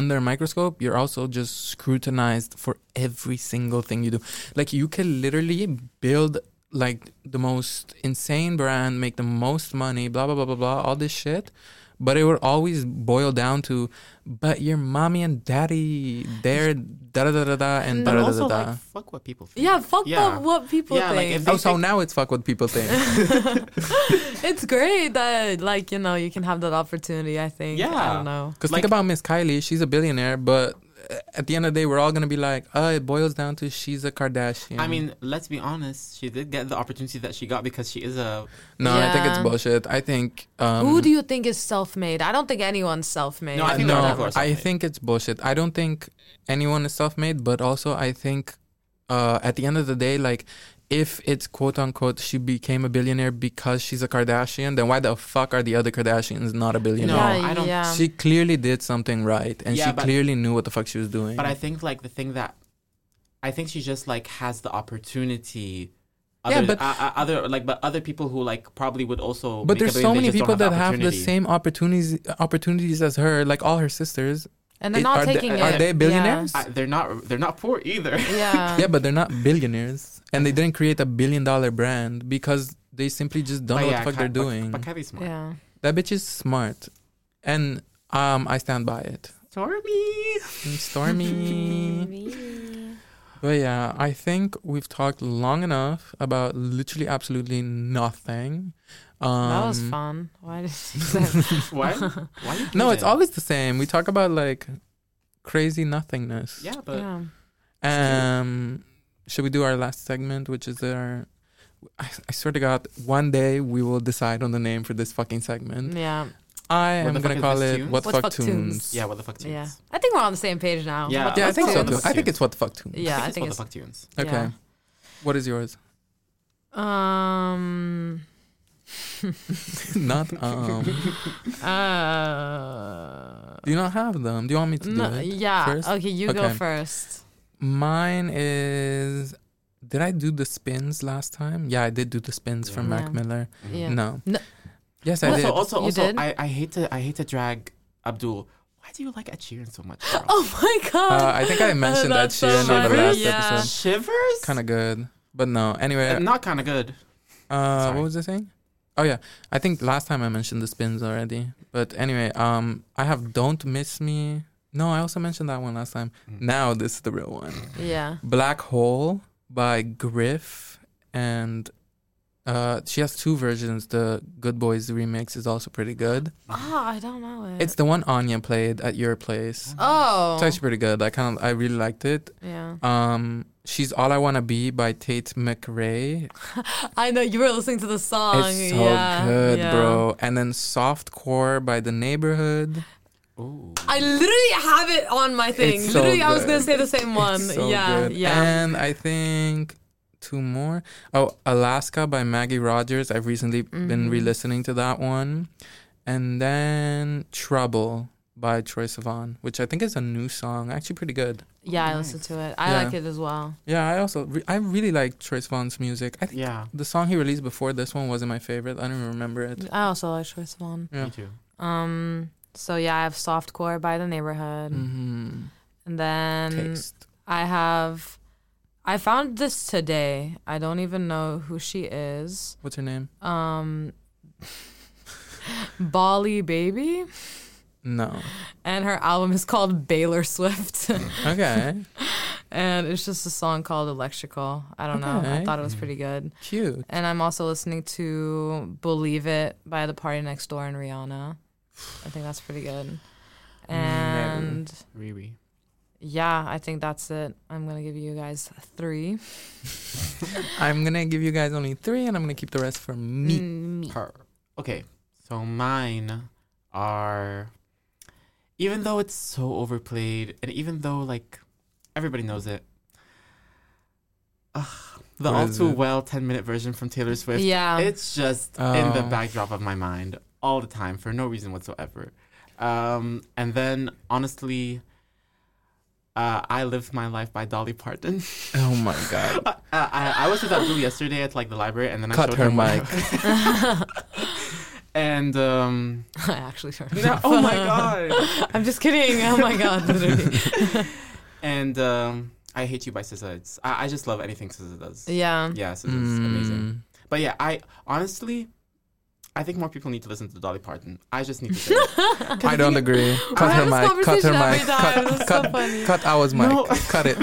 A: under a microscope you're also just scrutinized for every single thing you do like you can literally build like the most insane brand make the most money blah blah blah blah blah all this shit but it will always boil down to but your mommy and daddy they're da da da da da and da
C: But
A: da da
C: also,
A: da da
C: like, fuck what people think.
B: Yeah, fuck
C: Yeah.
B: up what people
C: Yeah, like,
B: think.
C: if-
A: oh so now it's fuck what people think
B: it's great that like, you know, you can have that opportunity, I think. I
C: Yeah.
B: don't know.
A: Because
C: Like-
A: think about Miss Kylie, she's a billionaire, but at the end of the day, we're all gonna be like, uh, it boils down to she's a Kardashian.
C: I mean, let's be honest. She did get the opportunity that she got because she is a.
A: no, I think it's
B: Yeah.
A: bullshit. I think um,
B: Who do you think is self made? I don't think anyone's self made.
C: No, I think they're all
A: no,
C: divorced,
A: I
C: aren't they?
A: think it's bullshit. I don't think anyone is self-made, but also I think uh, at the end of the day, like if it's quote unquote she became a billionaire because she's a Kardashian, then why the fuck are the other Kardashians not a
C: No,
A: billionaire?
C: I don't-
B: Yeah.
A: She clearly did something right, and
C: Yeah,
A: she
C: but-
A: clearly knew what the fuck she was doing.
C: But I think like the thing that, I think she just like has the opportunity. Other,
A: Yeah, but-
C: uh, uh, other like but other people who like probably would also.
A: But
C: make a
A: there's
C: billion,
A: so
C: they
A: many
C: just don't
A: people that have the
C: opportunity.
A: same opportunities opportunities as her, like all her sisters.
B: and they're
A: It-
B: not
A: are
B: taking
A: they,
B: it.
A: Are they
B: Yeah.
A: billionaires?
C: I, they're not. They're not poor either.
B: Yeah.
A: Yeah, but they're not billionaires, and they didn't create a billion dollar brand because they simply just don't
C: But
A: know what
C: yeah,
A: the fuck
C: Ka-
A: they're
C: but-
A: doing.
C: But Kylie's smart.
B: Yeah.
A: that bitch is smart, and um, I stand by it.
C: Stormy.
A: And Stormy. But yeah, I think we've talked long enough about literally absolutely nothing. Um,
B: that was fun. Why did you say that?
C: What? Why you
A: No, it's
C: leaving?
A: always the same. We talk about like crazy nothingness.
C: Yeah, but
B: yeah.
A: Um, should we do our last segment, which is our? I, I swear to God, one day we will decide on the name for this fucking segment.
B: yeah.
A: I
C: What the
A: am gonna
C: fuck is
A: call
C: this
A: it
C: tunes?
A: "What,
B: What
A: fuck,
B: Fuck
A: tunes.
B: Tunes.
C: yeah, what the fuck tunes?
B: Yeah. I think we're on the same page now.
C: Yeah.
B: What the
A: Yeah, I
B: fuck
A: think so.
B: tunes?
A: Too. I think it's "What the fuck tunes."
B: Yeah, I
C: it's
B: think
C: what the
B: it's
C: fuck tunes.
A: Okay.
B: yeah.
A: What is yours?
B: Um.
A: Not um.
B: Uh.
A: do you not have them? Do you want me to
B: no,
A: do it?
B: yeah.
A: first?
B: Okay, you go
A: Okay.
B: first.
A: Mine is. Did I do the spins last time? Yeah, I did do the spins for
C: Yeah.
A: Mac
B: Yeah.
A: Miller.
B: Yeah.
A: No.
B: No.
A: Yes, I
C: Also,
A: did.
C: also,
B: You
C: also,
B: did?
C: I, I hate to I hate to drag Abdul. Why do you like Ed Sheeran so much? Girl?
B: Oh my god.
A: Uh, I think I mentioned Ed
B: That's so
A: Sheeran on the
B: funny.
A: last
B: yeah.
A: episode.
C: shivers.
A: kind of good, but no.
C: Uh,
A: Anyway,
C: not kind of good.
A: uh,
C: sorry.
A: what was I saying? Oh yeah, I think last time I mentioned the spins already. But anyway, um, I have "Don't Miss Me." No, I also mentioned that one last time.
C: Mm.
A: Now this is the real one.
B: Yeah.
A: "Black Hole" by Griff, and uh, she has two versions. The Good Boys remix is also pretty good.
B: Oh, I don't know it.
A: It's the one Anya played at your place.
B: oh.
A: It's actually pretty good. I kind of I really liked it.
B: yeah.
A: Um, she's "All I Wanna Be" by Tate McRae
B: I know you were listening to the song.
A: It's so
B: yeah,
A: good,
B: yeah.
A: bro. And then Softcore by The Neighborhood.
C: Ooh.
B: I literally have it on my thing.
A: It's so
B: literally, I was
A: good.
B: gonna say the same one.
A: It's so
B: yeah,
A: good.
B: yeah.
A: And I think two more. Oh, Alaska by Maggie Rogers. I've recently been
B: Mhm.
A: re listening to that one. And then Trouble by Troy Sivan, which I think is a new song. Actually, pretty good.
B: yeah, I
C: Alright.
B: listened to it. I
A: Yeah.
B: like it as well.
A: Yeah, I also, re- I really like Troy Sivan's music. I think
C: Yeah,
A: the song he released before this one wasn't my favorite. I don't even remember it.
B: I also like Choice One.
A: Yeah.
C: me too.
B: Um. So yeah, I have Softcore by the Neighborhood,
A: Mm-hmm.
B: and then
A: Taste.
B: I have. I found this today. I don't even know who she is.
A: What's her name?
B: Um. Bali Baby,
A: No.
B: and her album is called Baylor Swift.
A: Okay.
B: and it's just a song called Electrical. I don't know. I
A: Okay.
B: thought it was pretty good.
A: Cute.
B: And I'm also listening to Believe It by The Party Next Door and Rihanna. I think that's pretty good. And
C: Riri.
B: yeah, I think that's it. I'm going to give you guys three.
A: I'm gonna give you guys only three, and I'm gonna keep the rest for Mm, me.
B: Me.
C: Her. Okay, so mine are. Even though it's so overplayed, and even though like everybody knows it, Ugh, the
A: What
C: all
A: is
C: too
A: it?
C: well ten minute version from Taylor Swift.
B: Yeah.
C: It's just in the
A: Oh.
C: backdrop of my mind all the time for no reason whatsoever. Um, and then, honestly, uh, I Lived My Life by Dolly Parton.
A: Oh my god.
C: I, I, I was with Abdul yesterday at like the library, and then I
A: Cut
C: showed
A: her
C: him my-
A: mic.
C: and um,
B: I actually heard it.
C: no, oh my god!
B: I'm just kidding. Oh my God. literally.
C: And um, I Hate You by SZA. It's, I, I just love anything SZA does. Yeah,
B: yeah.
C: SZA
A: Mm.
C: is amazing. But yeah, I honestly, I think more people need to listen to Dolly Parton. I just need to. Say it. 'Cause
A: I
C: the
A: don't
C: thing-
A: agree. Cut her
B: I have this
A: mic. Cut her
B: conversation every
A: mic.
B: time.
A: Cut,
B: It's so
A: cut,
B: funny.
A: cut Owa's mic.
C: No.
A: Cut it.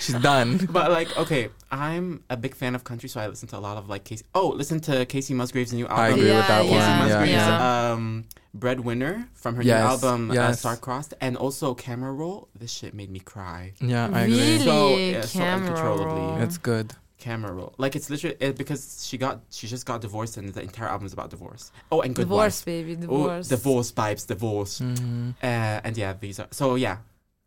A: She's done.
C: But like, okay, I'm a big fan of country, so I listen to a lot of like Casey. Oh, listen to Casey Musgrave's new album.
A: I agree
B: Yeah,
A: with that
B: yeah,
C: Casey
A: one. Yeah,
C: Musgraves,
A: yeah.
C: um, Breadwinner from her
A: Yes,
C: new album uh,
A: yes.
C: Starcrossed, and also Camera Roll. This shit made me cry.
A: I
B: Really?
A: agree.
C: So, yeah, so
B: Camera
C: uncontrollably.
B: roll.
A: It's good.
C: Camera Roll, like it's literally it, because she got she just got divorced, and the entire album is about divorce. Oh, and Good
B: divorce,
C: Wife.
B: baby.
C: Oh,
B: Divorce.
C: divorce vibes, divorce.
A: Mhm.
C: Uh, and yeah, these are so yeah.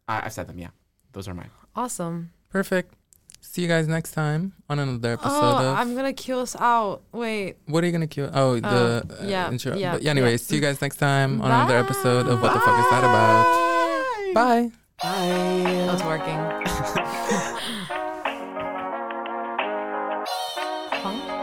C: I, I've said them. Yeah, those are mine.
B: Awesome.
A: Perfect. See you guys next time on another episode.
B: Oh,
A: of
B: I'm going to kill us out. Wait.
A: what are you gonna cue? Oh, the uh,
B: yeah,
A: intro.
B: yeah,
A: but yeah, anyway,
B: yeah.
A: see you guys next time on another episode of What the Fuck Is That About?
C: About?
A: Bye.
C: Bye.
B: That's working. Huh?